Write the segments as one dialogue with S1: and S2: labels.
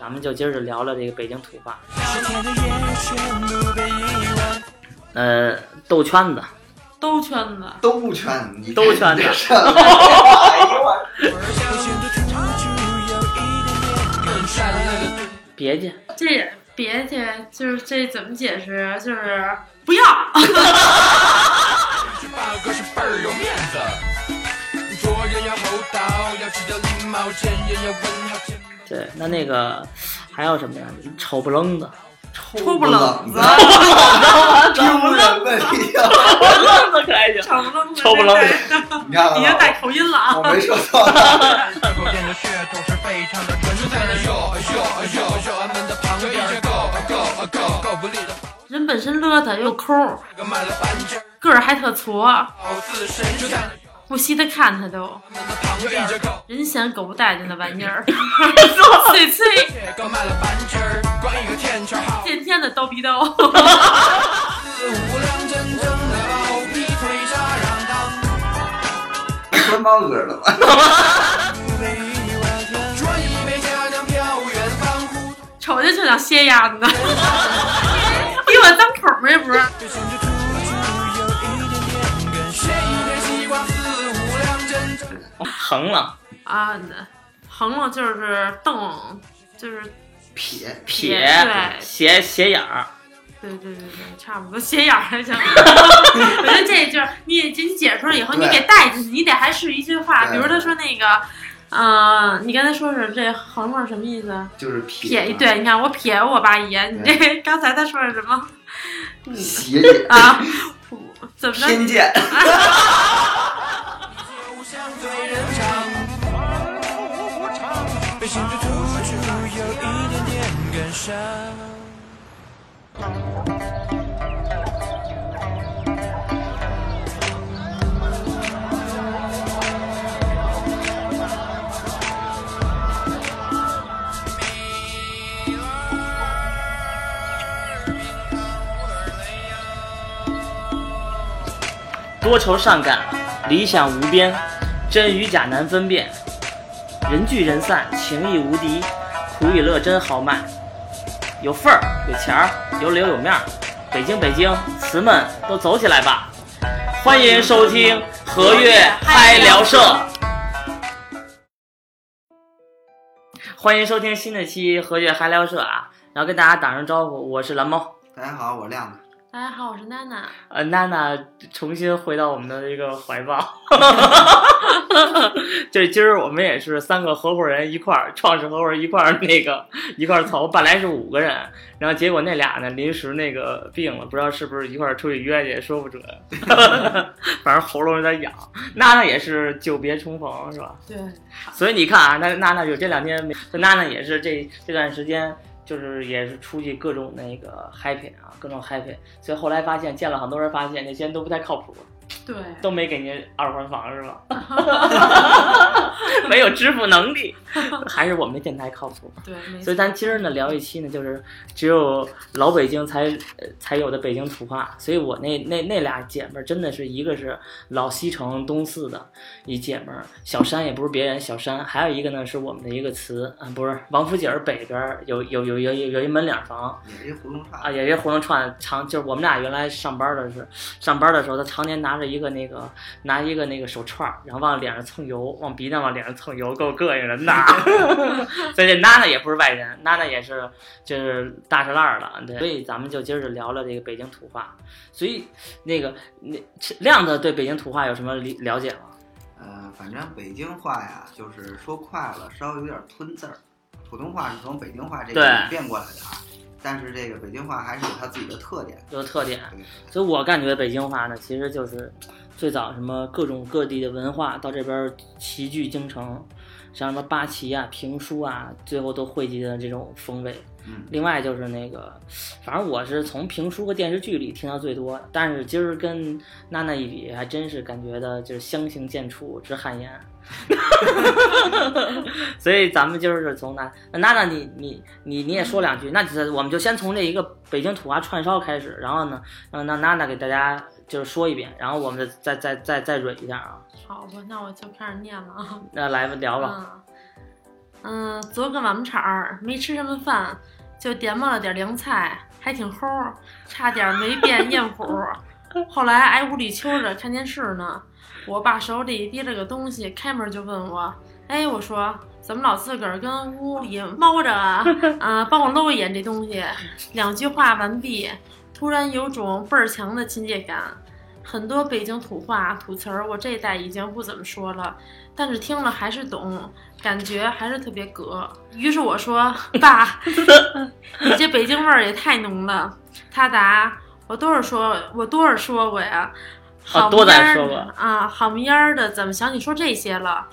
S1: 咱们就今儿就聊聊这个北京土话。呃，兜圈子，
S2: 兜圈子，
S3: 都不圈，你
S1: 都圈的
S3: 上来哎呦我
S1: 别介，
S2: 这也别去，就是这怎么解释啊？就是不要，
S4: 八哥是倍儿有面子，做人要厚道，要知道礼貌，见人要问好。见
S1: 对，那那个还有什么呀？丑不愣 的，
S2: 抽
S3: 抽
S2: 不冷子，
S1: 啊
S3: 丢人了你呀！
S1: 愣的可还行。
S2: 抽不愣子，
S1: 抽不愣子
S3: 你看
S2: 已经
S3: 了
S2: 带口音了
S3: 吗？我
S2: 啊！
S3: 没说错，
S4: 狗店的噱头是非常的纯正，在那哟哟哟哟，俺们的旁边儿够够够够不力的，
S2: 人本身邋遢又抠，
S4: 个卖了半截儿，
S2: 个儿还特矬，
S4: 好自身就在那哟
S2: 我细的看他都，
S4: 俺们的旁边儿够。
S2: 人嫌狗不待见的玩意儿，碎碎，
S4: 这个卖了半截儿，管一个天圈儿好，
S2: 天天的叨逼叨，
S4: 四无量真正的包皮推沙让当，
S3: 穿猫哥了吗？
S4: 说一杯家乡飘远方呼。
S2: 瞅着就想歇丫子呢， 比我脏口儿也不是。
S4: 切一点西瓜，四五两真正。
S1: 横了，
S2: 啊，那横了就是瞪，就是
S3: 撇
S1: 撇
S2: 对，
S1: 斜斜眼儿，
S2: 对对对对，差不多斜眼儿还行。我觉得这就是你你解出来以后，你
S3: 对
S2: 给带进去，你得还是一句话，比
S3: 对
S2: 如他说那个。嗯、你刚才说是这横了什么意思？
S3: 就是撇
S2: 撇一，对，你看我撇我八爷，你这刚才他说是什么
S3: 斜眼
S2: 啊？怎么
S3: 偏
S2: 着？
S1: 啊
S3: 见，
S4: 酒香醉人肠，被心之突出有一点点感伤。
S1: 多愁善感，理想无边，真与假难分辨，人聚人散，情谊无敌，苦与乐真豪迈，有份儿，有钱儿，有脸有面儿，北京北京，词们都走起来吧！欢迎收听和悦嗨聊社，欢迎收听新的期和悦嗨聊社啊！然后跟大家打声招呼，我是蓝猫。
S3: 大家好，我亮子，
S2: 大家哎好，我是娜娜。
S1: 呃，娜娜重新回到我们的这个怀抱。 这今儿我们也是三个合伙人一块儿，创始合伙人一块儿那个一块儿凑，本来是五个人，然后结果那俩呢临时那个病了，不知道是不是一块儿出去约去，也说不准。 反正喉咙有点痒。娜娜也是久别重逢，是吧？
S2: 对，
S1: 所以你看啊，那娜娜有这两天没，娜娜也是这这段时间就是也是出去各种那个 happy 啊，各种 happy，所以后来发现见了很多人，发现那些人都不太靠谱，
S2: 对，
S1: 都没给您二环房是吧？ 没有支付能力，还是我们电台靠谱。
S2: 对，没
S1: 所
S2: 错
S1: 以。咱今儿呢聊一期呢，就是只有老北京才呃才有的北京土话。所以我那那那俩姐们儿真的是一个是老西城东四的一姐们儿，小山也不是别人，小山，还有一个呢是我们的一个词啊，不是王府井儿北边儿有有有有有有一门脸房，
S3: 也是一胡同
S1: 啊，
S3: 串，
S1: 也是胡同串常就是我们俩原来上班的是上班的时候，他常年拿着一个那个拿一个那个手串儿，然后往脸上蹭油，往鼻子往脸上蹭油，够膈应人的。 所以这娜娜也不是外人，娜娜也是就是大石烂儿了。对，所以咱们就今儿就聊聊这个北京土话。所以那个那亮子对北京土话有什么理了解吗？
S3: 呃，反正北京话呀，就是说快了，稍微有点吞字儿。普通话是从北京话这个
S1: 对
S3: 演变过来的啊，但是这个北京话还是有它自己的特点。
S1: 有特点。
S3: 对，
S1: 所以我感觉北京话呢，其实就是最早什么各种各地的文化到这边儿齐聚京城，像什么八旗啊、评书啊，最后都汇集的这种风味。
S3: 嗯，
S1: 另外就是那个，反正我是从评书和电视剧里听到最多，但是今儿跟娜娜一比，还真是感觉到就是相形见绌，直汗颜。 所以咱们今儿是从娜娜娜你，你你你也说两句，那就是我们就先从这一个北京土话串烧开始，然后呢，让让嗯娜娜给大家就是说一遍，然后我们再再再再再蕊一下啊，
S2: 好吧，那我就开始念了啊。
S1: 那来吧聊吧，
S2: 嗯，嗯，昨儿个晚场儿没吃什么饭，就点冒了点凉菜，还挺齁儿，差点没变咽虎。后来挨屋里秋着看电视呢，我爸手里提了个东西，开门就问我：“哎，我说怎么老自个儿跟屋里猫着啊？ 啊，帮我搂一眼这东西。”两句话完毕，突然有种倍儿强的亲切感。很多北京土话、土词儿，我这一代已经不怎么说了，但是听了还是懂，感觉还是特别格。于是我说：“爸，你这北京味儿也太浓了。”他答：“我多少说，我多少说过呀，好
S1: 啊多
S2: 么
S1: 咱
S2: 样儿
S1: 说过
S2: 的啊，好么样儿的，怎么想起说这些了？”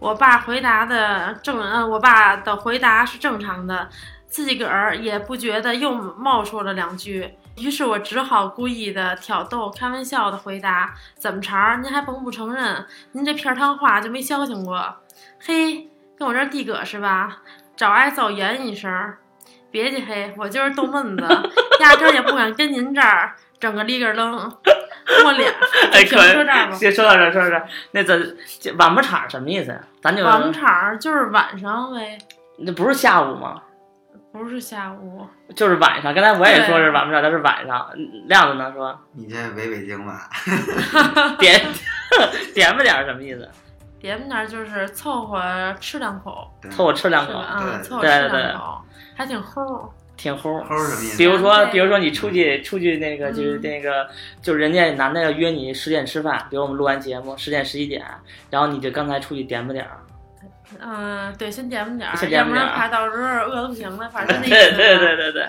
S2: 我爸回答的正，呃，我爸的回答是正常的，自己个儿也不觉得又冒出了两句，于是我只好故意的挑逗、开玩笑的回答：“怎么茬儿？您还甭不承认，您这片儿汤话就没消停过。嘿，跟我这儿递葛是吧？找挨揍言一声儿，别介嘿，我就是逗闷子，压根儿也不敢跟您这儿整个里个楞。我脸，
S1: 哎，
S2: 就
S1: 可
S2: 说这儿吧。
S1: 先说到这儿，说到这儿，那咱这晚不场什么意思呀？咱就
S2: 广场儿就是晚上呗，
S1: 那不是下午吗？
S2: 不是下午。
S1: 就是晚上。刚才我也说是
S2: 对
S1: 晚不场，但是晚上。嗯亮子呢 说
S3: 你这伪北京吧？
S1: 点 点吧点儿什么意思？
S2: 别们那儿就是凑合吃两口，
S3: 对
S1: 凑合吃两
S2: 是
S1: 口
S2: 吧？，啊，
S3: 对
S2: 凑合
S1: 嗯对
S2: 吃
S1: 对
S2: 两口，还挺齁。
S1: 挺齁。
S3: 齁什么意
S1: 比
S3: 思？
S1: 如说，
S2: 对
S1: 比如说你出去出去那个
S2: 嗯
S1: 就是那个，就是人家男的要约你十点吃饭，比如我们录完节目十点十一点，然后你就刚才出去点吧点儿，
S2: 嗯，对，先点吧点
S1: 先
S2: 儿，
S1: 点
S2: 要
S1: 吧
S2: 不
S1: 点儿啊
S2: 然怕到时候饿的不行了。反正那意
S1: 对
S2: 思吧
S1: 对对对对，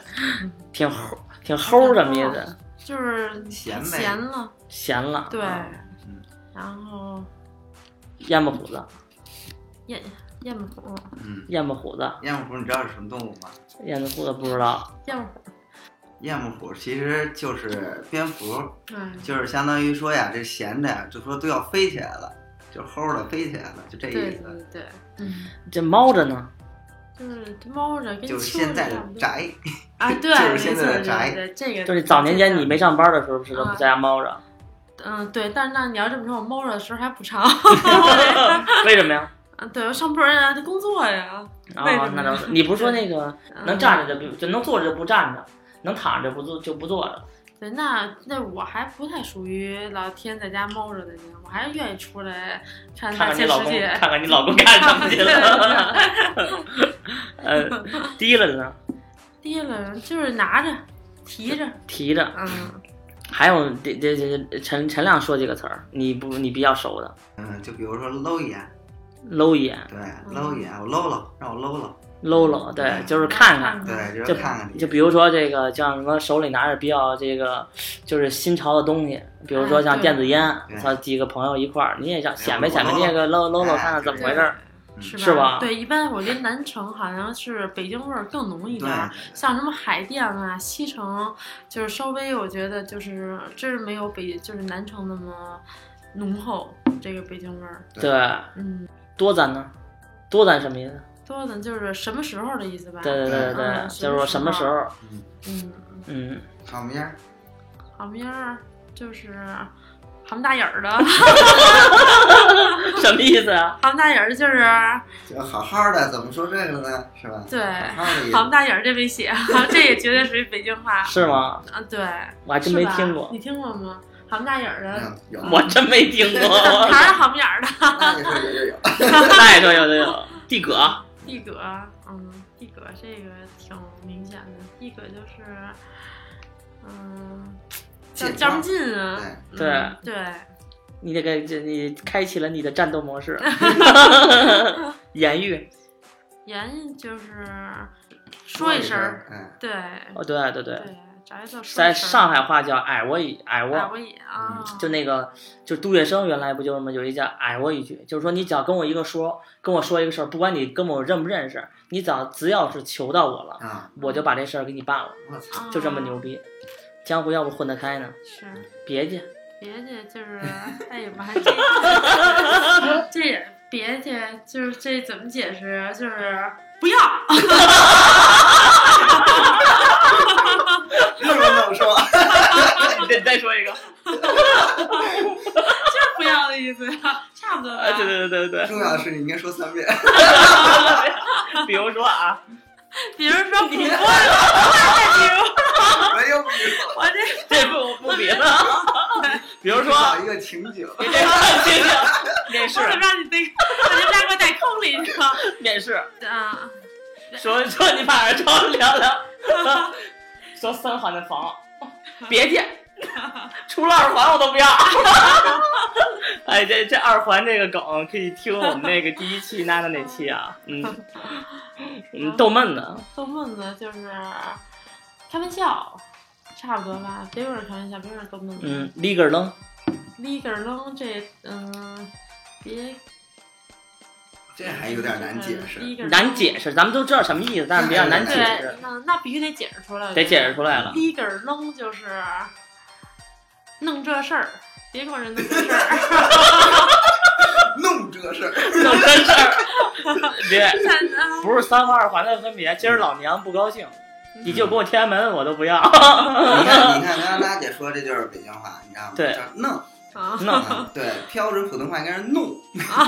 S1: 挺齁挺齁什么意思？
S2: 就是
S3: 咸呗
S2: 咸了，
S1: 咸
S3: 啊
S1: 了，
S2: 对。
S3: 嗯
S2: 然后
S1: 咽巴虎子，
S2: 咽咽巴虎，
S3: 嗯，
S1: 咽巴虎子，
S3: 燕母虎你知道是什么动物吗？
S1: 咽巴虎子不知道，
S2: 咽巴虎，
S3: 燕母虎其实就是蝙蝠，
S2: 哎，
S3: 就是相当于说呀，这闲的呀，就说都要飞起来了，就齁的飞起来了，就这
S2: 对
S3: 意
S2: 对
S3: 思。
S2: 对对，嗯，
S1: 这猫着呢，
S2: 就是猫着跟
S3: 就是
S2: 秋
S3: 现在
S2: 着
S3: 的
S2: 差不多
S3: 宅，
S2: 啊，对，
S3: 就是
S2: 没
S3: 现在
S2: 错
S3: 的
S2: 对
S3: 宅
S2: 对，这个
S1: 就是早年间你没上班的时候，不是都
S2: 啊
S1: 在家猫着？
S2: 嗯，对，但是那你要这么说，我猫着的时候还不 长，
S1: 为什么呀？
S2: 啊，对，我上班呀，得工作呀，为什
S1: 啊，
S2: 么
S1: 那倒是，你不是说那个
S2: 嗯
S1: 能站着就不就能坐着就不站着，能躺着就不坐就不坐着？
S2: 对，那那我还不太属于老天在家猫着的人，我还是愿意出来看
S1: 看
S2: 大
S1: 看你
S2: 千
S1: 老
S2: 世
S1: 公，
S2: 界。
S1: 看看你老公干什么 去了。 呃，提了呢，
S2: 第一轮就是拿着提着，
S1: 提着。
S2: 嗯，
S1: 还有这这这陈陈亮说几个词儿，你不你比较熟的，
S3: 嗯，就比如说搂一眼，
S1: 搂一眼，
S3: 对，搂一眼，我搂搂，让我搂搂，
S1: 搂搂，对，就是看
S2: 嗯
S1: 看。
S3: 对，就
S1: 就是
S3: 看看你，
S1: 就比如说这个，像什么手里拿着比较这个，就是新潮的东西，比如
S2: 啊
S1: 说像电子烟
S3: 对，哎
S1: 操几个朋友一块儿，你也想显摆显摆这个搂搂搂看看怎么回事儿。
S3: 嗯
S2: 是吧？
S1: 是吧
S2: 对，一般我觉得南城好像是北京味儿更浓一
S3: 对
S2: 点，儿，像什么海淀啊、西城，就是稍微我觉得就是真是没有北就是南城那么浓厚这个北京味儿。
S3: 对
S1: 对，
S2: 嗯，
S1: 多咱呢？多咱什么意思？
S2: 多的就是什么时候的意思吧？
S1: 对对对对，
S2: 嗯
S1: 就是说什么时候？
S2: 嗯，
S1: 嗯，
S3: 好面儿，
S2: 好面儿就是好大眼儿的，
S1: 什么意思啊？
S2: 好大眼儿就是
S3: 就好好的，怎么说这个呢？是吧？
S2: 对，
S1: 嗯
S3: 好好的意
S2: 好
S3: 思，
S2: 大眼儿这没写， 这也绝对属于北京话
S1: 是吗？
S2: 啊，对，
S1: 我还真
S2: 是
S1: 没
S2: 吧
S1: 听过
S2: 你，听过吗？好大眼儿的，
S3: 嗯，有，
S1: 我真没听过。
S2: 还是好面儿的，
S3: 那你说有有有，
S1: 那也说有的有，地葛
S2: 地葛，嗯，地葛这个挺明显的，地葛就是，嗯，叫
S3: 紧
S2: 较
S3: 张
S2: 劲啊，
S3: 对
S1: 对
S2: 嗯对。
S1: 你这个这你开启了你的战斗模 式， 言语
S2: 盐就是说一声儿，，
S3: 嗯，
S2: 对
S1: 哦，对对对，
S2: 对，找一个说
S1: 在
S2: 一声
S1: 上
S2: 儿。
S1: 海话叫矮我一矮
S2: 哎
S1: 我，
S2: 我也啊，
S1: 嗯就那个就杜月笙原来不就是吗？有一叫矮我一句，就是说你只要跟我一个说，跟我说一个事儿，不管你跟我认不认识，你只要只要是求到我了，
S3: 啊，
S1: 我就把这事儿给你办了，
S3: 我操，
S1: 就这么牛
S2: 啊。
S1: 逼。江湖要不混得开呢？
S2: 是，
S1: 别 介，
S2: 别介，就是哎呀妈，这这也别介，就是这怎么解释啊？就是不要，
S3: 就是这么说，
S1: 啊你再你再说一个，
S2: 不要的意思呀，差不多吧。
S1: 啊，对对对对
S3: 重要的是你应该说三遍。
S1: 对， 比如说啊，
S2: 比如说补播了，
S3: 没 有，比
S2: 我这
S1: 这不不比了，比如
S3: 如
S1: 说
S3: 找一个情景，
S1: 你这个听听，面
S2: 我怎么
S1: 试
S2: 让你逮，把这大哥带坑里去了？
S1: 面试，
S2: 啊，
S1: 说说你把人窗聊聊，说三环的房，别介，除了二环我都不要。 哎，这这二环这个梗可以听我们那个第一期娜娜那期啊，嗯，嗯，逗闷呢，
S2: 逗闷子就是开玩笑，差不多吧。别有人开玩笑，别有人逗闷子。
S1: 嗯，立个扔，
S2: 立根儿扔这，嗯，别呃
S3: 这还有点难解
S2: 嗯
S3: 释。
S1: 难解释，咱们都知道什么意思，但是比较难
S2: 释
S1: 解
S2: 对
S1: 释，，
S2: 那那必须得解释出来。
S1: 得解释出 来了。
S2: 立根儿扔就是弄这事儿，别跟人弄这事 儿。
S3: 弄这事儿，
S1: 弄真事儿，别
S2: 看啊，
S1: 不是三环二环的分别。今儿老娘不高兴，你就给我天安门，我都不要。
S3: 你 看，你看，刚刚娜姐说这就是北京话，你知道吗？
S1: 对
S3: 叫弄，
S2: 啊
S1: 弄，
S3: 嗯对，标准普通话应该是弄，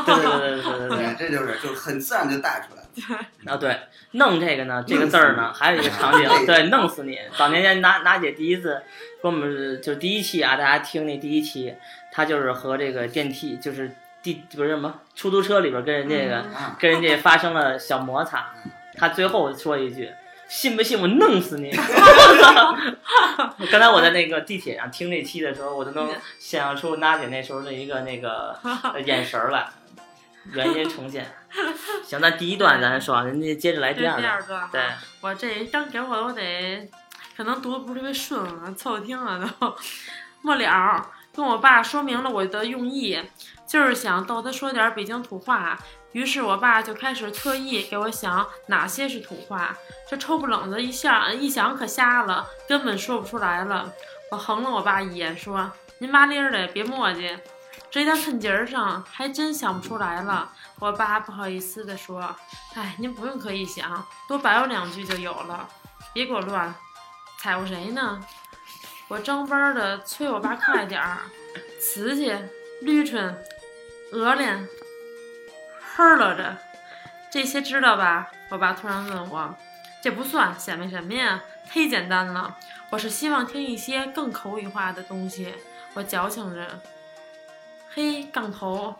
S1: 对对对对 对对
S3: 对，这就是就很自然就带出来了。
S1: 对。啊，对，弄这个呢，这个字儿呢，还有一个场景，对，弄死你。早年间，娜娜姐第一次跟我们就第一期啊，大家听那第一期，她就是和这个电梯，就是地不是什么出租车里边跟人这
S2: 嗯
S1: 个、
S3: 啊，
S1: 跟人家发生了小摩擦，他最后说一句：“信不信我弄死你！” 刚才我在那个地铁上听这期的时候，我都能想象出娜姐那时候的一个那 个呃眼神儿来。原音重现。行，咱第一段咱说啊完，人家接着来
S2: 这
S1: 第
S2: 第
S1: 二段。
S2: 二个，
S1: 对，
S2: 我这一张给我，嗯我得可能读的不是特别顺啊，凑合听啊都。末了，跟我爸说明了我的用意，就是想逗他说点北京土话。于是我爸就开始特意给我想哪些是土话，这抽不冷的一下一想可瞎了，根本说不出来了。我横了我爸一眼说：“您麻利儿的，别磨叽。”这到趁节儿上，还真想不出来了。我爸不好意思地说：“哎，您不用刻意想，多白我两句就有了，别给我乱，踩过谁呢？”我张班的催我爸快点儿，瓷器、绿春、鹅脸、呵了着，这些知道吧？我爸突然问我：“这不算显摆什么呀？忒简单了。”我是希望听一些更口语化的东西。我矫情着，嘿，杠头，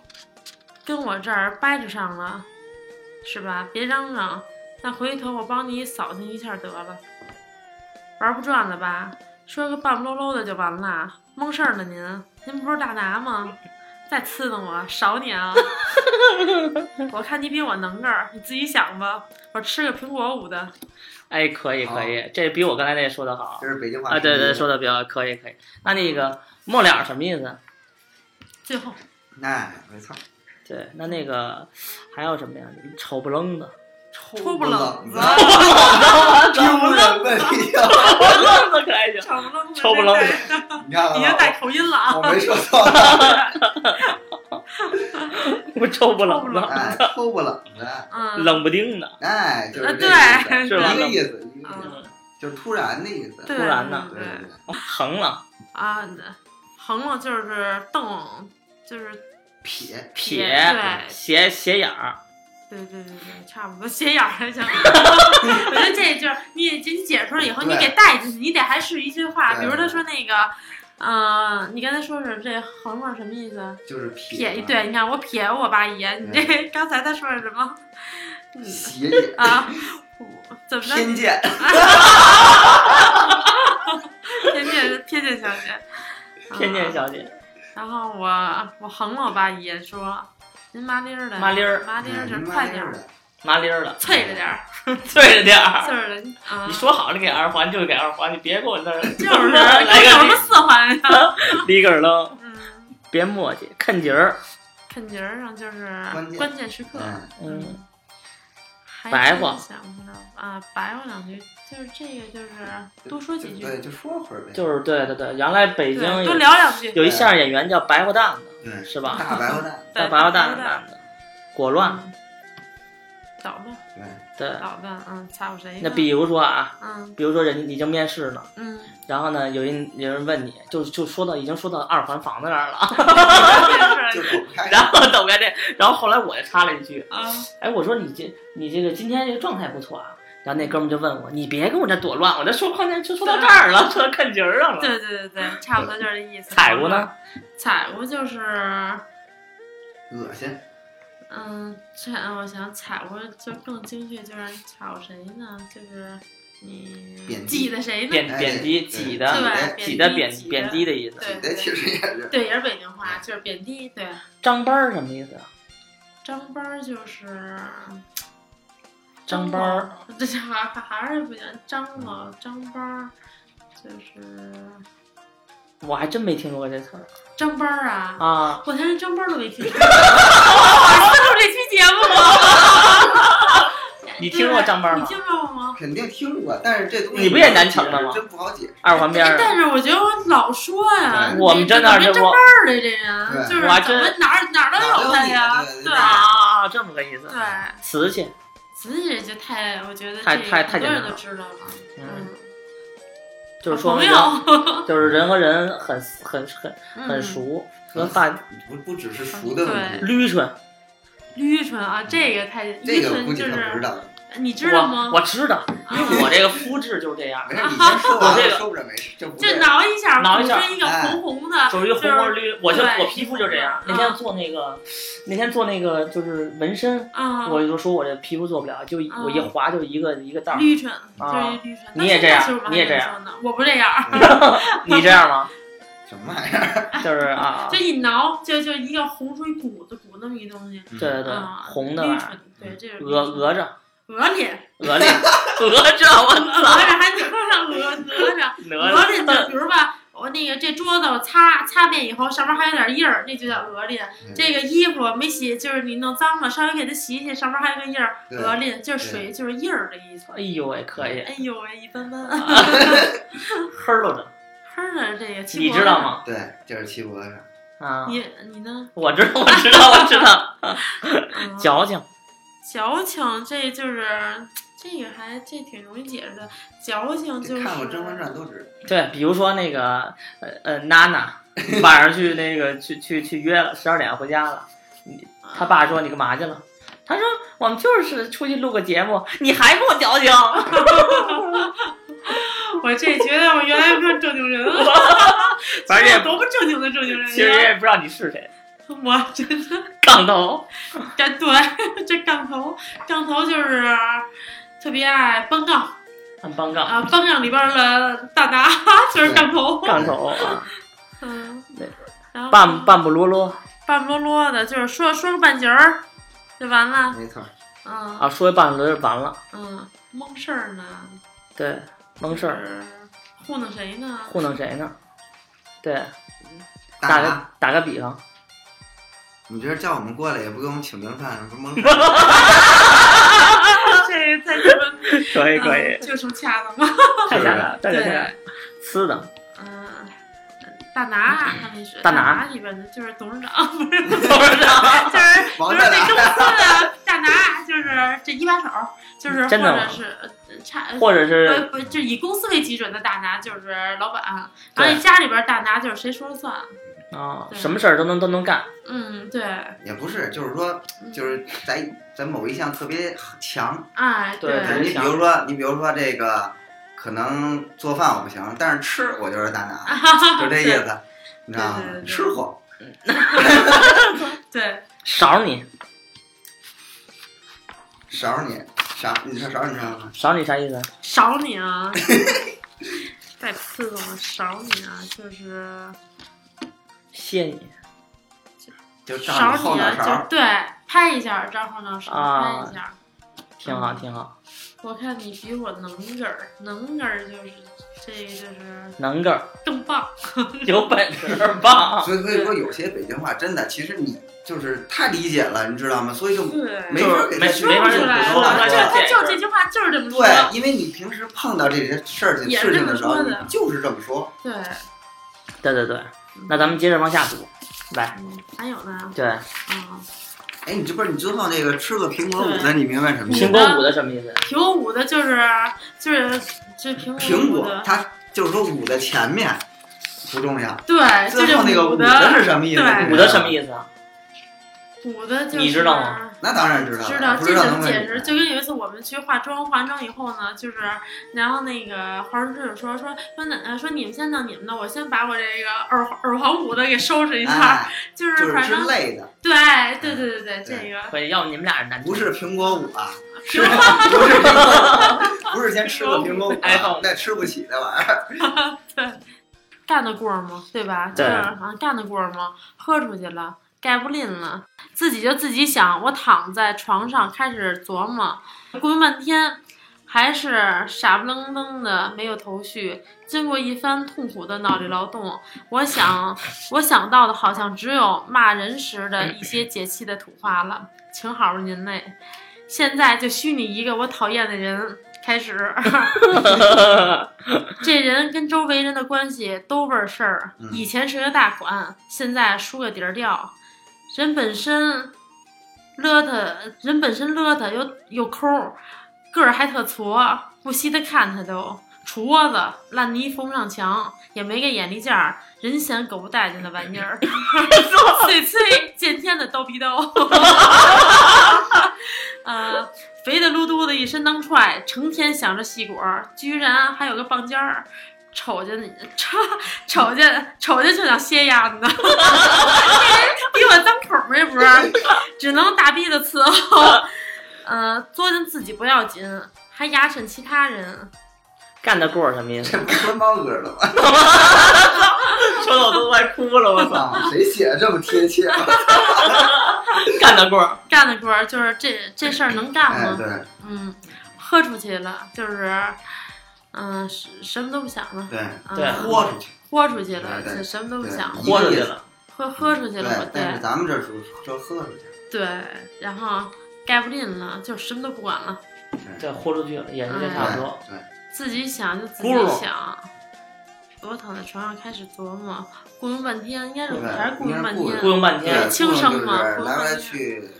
S2: 跟我这儿掰扯上了，是吧？别嚷嚷，那回头我帮你扫听一下得了。玩不转了吧？说个半不溜溜的就完了，蒙事儿呢您？您不是大拿吗？再刺挠我，少你啊！我看你比我能个儿，你自己想吧。我吃个苹果五的，
S1: 哎，可以可以，这比我刚才那说的好
S3: 这是北京话
S1: 啊！对对，说
S3: 的。
S1: 的比较可以可以。那那个末了什么意思？
S2: 最 后
S3: 哎，没错，
S1: 对，那那个还有什么呀？丑不愣的，
S2: 抽不 冷子，
S3: 丢人问题啊！
S1: 丑不愣的可还行。
S2: 抽不愣子，
S1: 抽不愣子
S3: 你看了
S2: 已经带
S3: 吗？
S2: 口音了啊
S3: 我！没说错吧，
S1: 我抽不冷
S2: 抽不冷
S1: 的，
S3: 哎，抽不冷的，
S2: 嗯，
S1: 冷不丁的，
S3: 哎，就是
S2: 啊
S3: 这个
S2: 对
S3: 意思
S1: 是吧
S3: 一个意思，一个意思，
S2: 嗯
S3: 就是突然的意思。
S2: 对
S1: 突然呢
S3: 对
S2: 对
S3: 对，
S1: 横了，
S2: 啊，横了就是瞪，就是
S3: 撇
S1: 撇，斜斜眼儿，
S2: 对对对对，差不多斜眼儿 还行。我觉得这就是你你解出来以后，你
S3: 对
S2: 给带进去，你得还是一句话，
S3: 对
S2: 比如他说那个。嗯，你刚才说是这横了什么意思？
S3: 就是
S2: 撇
S3: 撇
S2: 一
S3: 嘛，
S2: 对，你看我撇我爸一眼，你这刚才他说的什么？嗯
S3: 斜眼，
S2: 啊，我怎么着？
S3: 偏见，
S2: 偏见偏见小姐，
S1: 偏见
S2: 啊
S1: 小姐，
S2: 然后我我横了我爸一眼说：“您麻利儿的，
S1: 麻利儿
S2: 麻利儿就是
S3: 嗯
S2: 快点儿，
S3: 的，
S1: 麻利儿了，
S2: 脆着点 儿，
S1: 脆着点
S2: 劲
S1: 儿。
S2: 儿的啊
S1: 你，说好了给二环就是给二环，你别给我那儿
S2: 就
S1: 就是啊来
S2: 有什么
S1: 个
S2: 四环呀？
S1: 里里个儿楞，
S2: 嗯，
S1: 别墨迹，看景儿，
S2: 肯节儿上就是
S3: 关键
S2: 关键时刻，
S3: 嗯，
S1: 嗯，
S2: 还
S1: 白话
S2: 真想不到啊，白话两句，就是这个就是多说几句，
S3: 对，就说会儿呗，
S1: 就是对对对，原来北
S2: 对，
S1: 京
S2: 多
S1: 有
S2: 聊两句，
S1: 有一相声演员叫白花蛋子，
S3: 对
S1: 是吧？
S3: 大白话蛋，
S2: 对
S1: 叫白花
S2: 白
S1: 蛋嗯
S2: 话蛋
S1: 子，果乱，
S2: 嗯捣乱，
S3: 对，
S1: 啊对。
S2: 捣乱，嗯，操谁呢？
S1: 那比如说啊，
S2: 嗯
S1: 比如说人你正面试呢，
S2: 嗯，
S1: 然后呢，有人有人问你，就就说到已经说到二环房子那儿了，
S3: 就走开。
S1: 然后等开这，然后后来我就插了一句，
S2: 啊，
S1: 哎，我说你这你这个今天这个状态不错啊。然后那哥们就问我，你别跟我这躲乱，我这说况且就说到这儿了，说到看节儿上了。
S2: 啊对对对对，差不多就是这意思。嗯
S1: 踩过呢？
S2: 踩过就是，
S3: 恶心，
S2: 嗯，这我想踩过就更精确，就是踩谁呢？就是你
S3: 贬低
S2: 挤的谁呢？
S1: 贬哎
S3: 哎
S1: 贬低、挤的、
S2: 对，
S1: 挤
S2: 的
S1: 的、贬贬低
S2: 的，
S1: 的意思。
S2: 对
S3: 那其实也是
S2: 对，也是北京话，就是贬低，对。
S1: 张班儿什么意思啊？
S2: 张班儿就是
S1: 张班儿，
S2: 张罗，这还还还是不行。张罗张班儿就是
S1: 我还真没听说过这词儿
S2: 张班儿啊，
S1: 啊。
S2: 我连张班儿都没听说过。 我录这期节目吗？
S1: 你听说过张班儿
S2: 啊你
S1: 吗？
S2: 听说过吗？
S3: 肯定听过，但是这东西
S1: 你不也南城的吗
S3: 真不好解释。
S1: 二环边儿嗯
S2: 但是我觉得我老说呀，
S3: 对
S1: 我们
S2: 这
S1: 真的
S2: 没
S1: 是
S2: 张
S1: 我
S2: 班儿的这人，啊
S3: 对
S2: 就是
S1: 我还
S2: 怎么
S1: 真
S2: 哪儿哪儿
S3: 哪儿
S2: 都
S3: 都
S2: 有
S3: 有
S2: 他
S3: 你
S2: 呀，
S3: 对对
S2: 对
S1: 啊啊啊！这么个意思。
S2: 对，
S1: 瓷器，
S2: 所以就太我觉得
S1: 太
S2: 这个
S1: 太太
S2: 很多
S1: 简
S2: 人
S1: 单
S2: 都
S1: 了
S2: 知道了，
S1: 嗯
S2: 嗯，
S1: 就是说
S2: 啊朋
S1: 明
S2: 友，
S1: 就是人和人很很很很
S2: 嗯
S1: 熟，和发
S3: 不不只是熟的问题，
S1: 捋唇。
S2: 捋唇啊，这个太
S3: 嗯这
S2: 捋
S3: 个
S2: 唇
S3: 估计
S2: 就
S3: 他不知
S2: 是
S3: 道。
S2: 你知道
S1: 我
S2: 吗？啊
S1: 我知道， 因为我这个肤质就是这样，
S3: 没事，你先说
S1: 我
S3: 完
S1: 这
S3: 了
S1: 个
S3: 说不准没事，这不
S2: 就
S3: 对。
S2: 挠一下，
S1: 挠一下
S2: 鼓出一个
S3: 哎
S2: 红红的，
S1: 属于红
S2: 啊就是
S1: 光绿。我就
S2: 对
S1: 我皮肤就这样
S2: 啊。
S1: 那天做那个，那天做那个就是纹身，
S2: 啊，
S1: 我就说我这皮肤做不了，就一
S2: 啊
S1: 我一划就一个一个道儿。
S2: 捋唇，就是
S1: 啊
S2: 捋唇。
S1: 你也
S2: 那
S1: 这样
S2: 现在其实我们
S1: 你也
S2: 还
S1: 这
S2: 没
S1: 样啊
S2: 说呢，我不这样，
S1: 你这样吗？
S3: 嗯什么玩意儿？
S1: 就是啊，啊
S2: 就一挠，就就一个红水鼓子鼓那么一东西，
S1: 对对对
S2: 啊，，
S1: 红的
S2: 捋
S1: 玩意儿
S2: 唇，对，这是
S1: 鹅
S2: 捋 唇
S1: 鹅着
S2: 鹅脸，
S1: 鹅着鹅着，我
S2: 鹅着还能让鹅鹅 着。
S1: 哪
S2: 鹅
S1: 吒
S2: 脸就比如吧，我那个这桌子我擦擦遍以后，上面还有点印儿，那就叫鹅
S3: 嗯
S2: 脸。这个衣服没洗，就是你弄脏了，稍微给它洗洗，上面还有个印儿，
S3: 对
S2: 鹅脸就是水，就是印儿的意思。
S1: 哎呦喂，可 以，
S2: 哎呦喂，一般般。
S1: 黑溜着，
S2: 哼的这个，
S1: 你知道？吗？
S3: 对，就是七脖子。
S1: 啊，
S2: 你你呢？
S1: 我知道，我知道，我知 道，
S2: 嗯
S1: 矫情，
S2: 矫情，这就是这个还这挺容易解释的。矫情就
S3: 这
S2: 是
S3: 看过《甄嬛传》都知
S1: 对，比如说那个呃呃娜 娜晚上去那个去去去约了，十二点回家了，他爸说你干嘛去了？他说我们就是出去录个节目，你还跟我矫 情？
S2: 我这觉得我原来不是正 经人了，
S1: 反正也
S2: 多不正经的正经人呀。
S1: 其实也不知道你是谁，
S2: 我真的
S1: 杠头，
S2: 干对， 这杠头，杠头就是特别爱搬杠
S1: 很帮杠，
S2: 啊，搬杠里边的大拿 就是杠头，
S1: 杠头啊，
S2: 嗯
S1: 对，
S2: 然后
S1: 半半不啰啰
S2: 半不啰啰的，就是说说个半截儿就完
S3: 道，
S2: 了，
S3: 没错。
S2: 嗯
S1: 啊，说一半轮完了，
S2: 嗯，蒙事儿呢，
S1: 对，蒙事儿，
S2: 糊弄谁呢？
S1: 糊弄谁呢？对，打
S3: 大
S1: 个
S3: 家，
S1: 打个比方，
S3: 啊你这叫我们过来也不给我们请顿饭，不 是蒙？
S2: 这在这边
S1: 可以可以
S2: 嗯，就成掐了吗？
S1: 太吓人了，太吓人了
S2: 对，，
S1: 呲的，
S2: 嗯。大拿，他们是
S1: 嗯大拿啊
S2: 拿里边的，就是董事长，不是
S1: 董事长，
S2: 就是
S3: 王
S2: 就是那
S3: 大拿
S2: 公司的大拿，就是这一把手，就是或
S1: 真的吗
S2: 者是呃差，
S1: 或者 是
S2: 不不，就以公司为基准的大拿就是老板，然后
S1: 对
S2: 你家里边大拿就是谁说了算。
S1: 啊，
S2: 对
S1: 什么事儿都能都能干，
S2: 嗯，对，
S3: 也不是，就是说，就是在咱某一项特别强，
S2: 哎，
S1: 对
S3: 就是
S1: 对
S3: 你比如说，你比如说这个，可能做饭我不行，但是吃我就是 大拿，就这意思，你知道
S2: 对对
S3: 吗？
S2: 对
S3: 吃货，
S2: 对，
S1: 勺你，
S3: 勺你勺，你说勺你知道吗？
S1: 勺你啥意思？
S2: 勺你啊，再刺激我，勺你啊，就是
S1: 谢你
S3: 就照
S2: 勺
S3: 你后
S2: 你
S3: 脑
S2: 啊，
S3: 勺
S2: 就。对，拍一下，照后脑勺
S1: 啊
S2: 拍一下。
S1: 挺
S2: 嗯
S1: 好，挺好，
S2: 我看你比我能根儿，能根儿就是这个就是
S1: 能个儿，
S2: 更棒。
S1: 有本事
S2: 哦
S1: 棒，
S3: 所以所以说，有些北京话真的，其实你就是太理解了，你知道吗？所 以就
S2: 对，
S3: 没
S1: 就
S3: 法
S1: 是
S3: 给
S1: 没
S3: 他
S1: 没
S3: 去
S2: 说
S1: 法
S2: 不出来
S1: 说
S2: 了，
S1: 不出
S2: 就
S1: 来
S2: 他
S1: 这
S2: 就
S1: 事
S2: 这句话就是这么说。
S3: 对，因为你平时碰到这些事儿情
S2: 也是
S3: 事情的
S2: 这
S3: 时
S2: 么
S3: 候，
S2: 说
S3: 你
S2: 的
S3: 就是这么说。
S2: 对，嗯
S1: 对对对，那咱们接着往下读，来，
S2: 嗯，还有呢，
S1: 对，
S2: 嗯，
S3: 哎，你这不是你最后那个吃个苹果五的，你哎明白什么意思
S1: 苹
S3: 吗？
S2: 啊
S1: 果五的什么意思？
S2: 苹果五的就是就是就是苹
S3: 苹
S2: 五
S3: 果
S2: 的，，
S3: 它就是说五的前面不重要，
S2: 对，哎就
S3: 最
S2: 是
S3: 后那个
S2: 五
S3: 五的是什么意思？
S2: 对
S1: 五的什么
S3: 思？
S1: 意思啊？
S2: 五的就是
S1: 你知道吗？
S3: 那当然知道了，
S2: 知道，
S3: 不
S2: 这
S3: 道
S2: 怎
S3: 能
S2: 么
S3: 问
S2: 解
S3: 你
S2: 释？就跟有一次我们去化妆，化完妆以后呢，就是，然后那个化妆师就说说说奶奶说你们先弄你们的，我先把我这个耳环耳环舞的给收拾一下，
S3: 哎，
S2: 就
S3: 就是是
S2: 反
S3: 之
S2: 正
S3: 类的，
S2: 对对对对对，这个
S1: 可以，要不你们俩人单
S3: 不是苹果五啊，
S2: 是
S3: 不是苹果五，啊不是先吃个苹果五
S1: iPhone
S3: 那吃不起那玩意儿。
S2: 干得过吗？对吧？
S1: 对
S2: 就是好像干得过吗？喝出去了，盖不吝了，自己就自己想。我躺在床上开始琢磨，过半天，还是傻不愣登的，没有头绪。经过一番痛苦的脑力劳动，我想，我想到的好像只有骂人时的一些解气的土话了。请好您嘞，现在就虚拟一个我讨厌的人开始。这人跟周围人的关系都味儿事儿
S3: 嗯。
S2: 以前是个大款，现在输个底儿掉。人本身邋遢，人本身邋遢又又抠儿，个儿还特矬，不稀得看他都。杵窝子，烂泥扶不上墙，也没个眼力见儿，人嫌狗不待见的玩意儿，碎碎见天的叨逼叨。 呃，肥的噜嘟的一身当踹，成天想着细果儿，居然还有个棒尖儿，瞅见你， 瞅瞅见瞅见就想歇丫子呢， 这人比我脏口儿这不是，只能大逼的伺候， 呃，作践自己不要紧，还牙碜其他人，
S1: 干得过什么意思？
S3: 这不是猫哥 的吗？
S1: 说的我都快哭了，我
S3: 我！操，谁写的这么贴切？啊
S1: 干得过，
S2: 干的官儿就是这这事儿能干吗？
S3: 哎，对
S2: 嗯，豁出去了，就是，嗯、什什么都不想了，
S3: 对，
S2: 嗯
S1: 对
S3: 豁出去，
S2: 豁出去了，
S3: 对对
S2: 就什么都不
S3: 对
S2: 想了，
S1: 豁出去了。
S2: 喝喝出去了，
S3: 对，
S2: 对
S3: 但是咱们这属于说喝出去，
S2: 对，然后盖不吝了，就什么都不管了，
S1: 对，豁出去了，也是这
S2: 嗯
S1: 差不多。
S3: 对，
S2: 自己想就自
S1: 咕
S2: 己
S1: 噜
S2: 想。我躺在床上开始琢磨，雇佣半天，应该是
S3: 对
S2: 还是雇佣半
S3: 应该是
S1: 雇
S2: 天，
S1: 佣半
S3: 对，
S1: 天
S3: 对，
S2: 轻
S3: 就
S2: 声
S3: 是
S2: 嘛
S3: 来
S2: 不
S3: 来
S2: 会
S3: 去，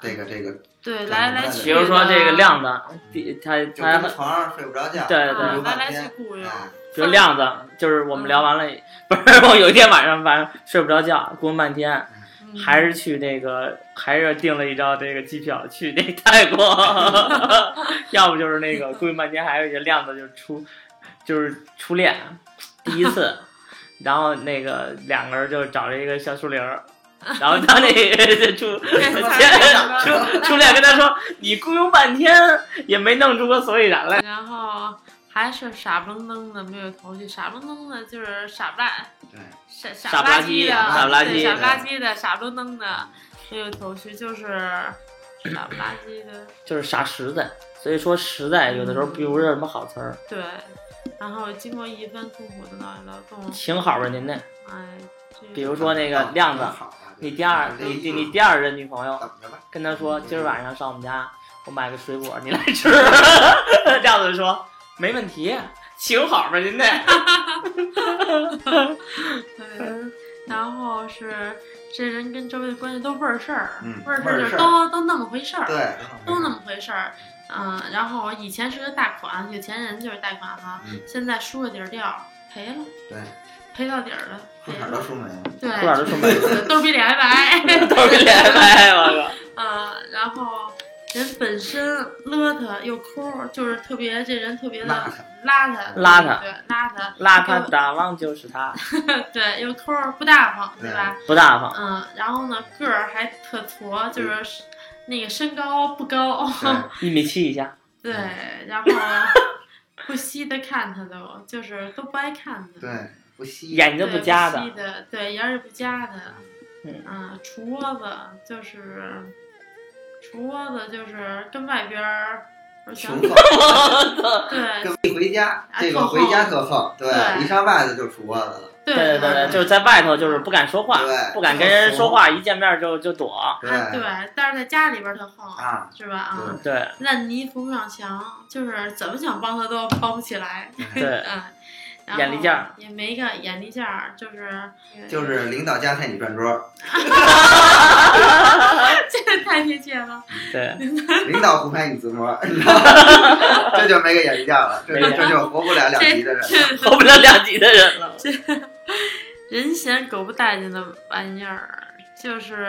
S3: 这个这个，
S2: 对，
S3: 对
S2: 来
S3: 对
S2: 来
S3: 对
S2: 去，
S1: 比如说
S2: 啊
S1: 这个，亮子，比他
S3: 就
S1: 他
S3: 跟床上睡不着觉，
S1: 对对
S2: 啊，
S3: 对
S2: 来来去雇佣，
S3: 哎
S1: 比如亮子，就是我们聊完了，不是我有一天晚上晚上睡不着觉，咕噜半天，
S2: 嗯
S1: 还是去那个，还是订了一张这个机票去那泰国，要不就是那个咕噜半天，还有一个亮子就是初，就是初恋，第一次，然后那个两个人就找了一个小树林儿。然后他那个初
S2: 哎
S1: 初
S2: 他
S1: 初初恋跟他说：“你雇佣半天也没弄出个所以然来。
S2: 然后还是傻不愣登的，没有头绪，傻不愣登的，就是傻不拉
S3: 对，
S2: 傻
S1: 傻
S2: 傻
S1: 不
S2: 不
S1: 拉
S2: 拉
S1: 几
S2: 几的，
S1: 傻不拉几
S2: 对傻不拉几的，傻不愣登的，没有头绪，就是傻不拉几的，”
S1: 就是傻实在，所以说实在有的时候不是什么好词儿。
S2: 对。然后经过一番痛苦的脑力劳动，
S1: 挺好吧，您那，
S2: 哎，这
S1: 比如说那个亮子，
S3: 啊
S1: 你第二，你你你第二任女朋友
S3: 怎么着吧？
S1: 跟他说，今儿晚上上我们家，我买个水果，你来吃。 亮子说，没问题，挺好吧，您那。
S2: 对，然后是这人跟周围的关系都味儿事儿，
S3: 嗯
S2: 味儿
S3: 味儿
S2: 就
S3: 事
S2: 是
S3: 儿
S2: 都都那么回事儿，
S3: 对，
S2: 都那么回事儿。嗯，然后以前是个大款，有钱人就是大款哈，
S3: 嗯
S2: 现在输个底儿掉，赔了，
S3: 对，
S2: 赔到底儿了，
S3: 裤
S2: 赔
S3: 衩都
S2: 了，
S3: 输没了，
S2: 对，
S1: 裤衩都输没
S2: 了，兜儿比脸还 白。
S1: 都是连麦，我靠。
S2: 嗯，然后人本身邋遢又抠儿，就是特别这人特别的
S3: 邋
S2: 邋遢，
S1: 邋遢
S2: 对，邋遢，
S1: 邋遢大王就是他，
S2: 对，又抠儿不大方，对吧？
S1: 不大方。
S2: 嗯，然后呢，个儿还特矬，
S3: 嗯
S2: 就是那个身高不高，
S3: 对，
S1: 一米七以下，
S2: 对，
S3: 嗯
S2: 然后不稀的看他都，就是都不爱看他，
S3: 对，不吸
S1: 眼睛
S2: 对，
S1: 都不加的
S2: 稀，的，对，眼儿也不夹的，
S1: 嗯
S2: 嗯，杵窝子就是，杵窝子就是跟外边儿，我想
S3: 穷
S2: 对
S3: 横，
S2: 对
S3: 跟一回家，
S2: 哎
S3: 这
S2: 特
S3: 个
S2: 横
S3: 回家特横，
S2: 对
S3: 对，一上外头就出窝子了，
S1: 对对对，就是在外头就是不敢说话，
S3: 对
S1: 不敢跟人说话，一见面就就躲。
S2: 哎
S3: 对，
S2: 对，但是在家里边儿特横，
S3: 啊，
S2: 是吧？啊、
S3: 对
S1: 对
S2: 烂泥扶不上墙，就是怎么想帮他都帮不起来。
S1: 对
S2: 嗯，然后
S1: 眼力见儿
S2: 也没个眼力劲儿，就是
S3: 就是 领导夹菜你转桌，
S2: 啊这个太贴切了。
S1: 对，
S3: 领导不拍你自 摸，你知道吗？这就没个眼力劲儿了，这
S1: 没眼
S3: 这就活不了两级的人。
S1: 活不了两级的人了。
S2: 人嫌狗不待见的玩意儿，就是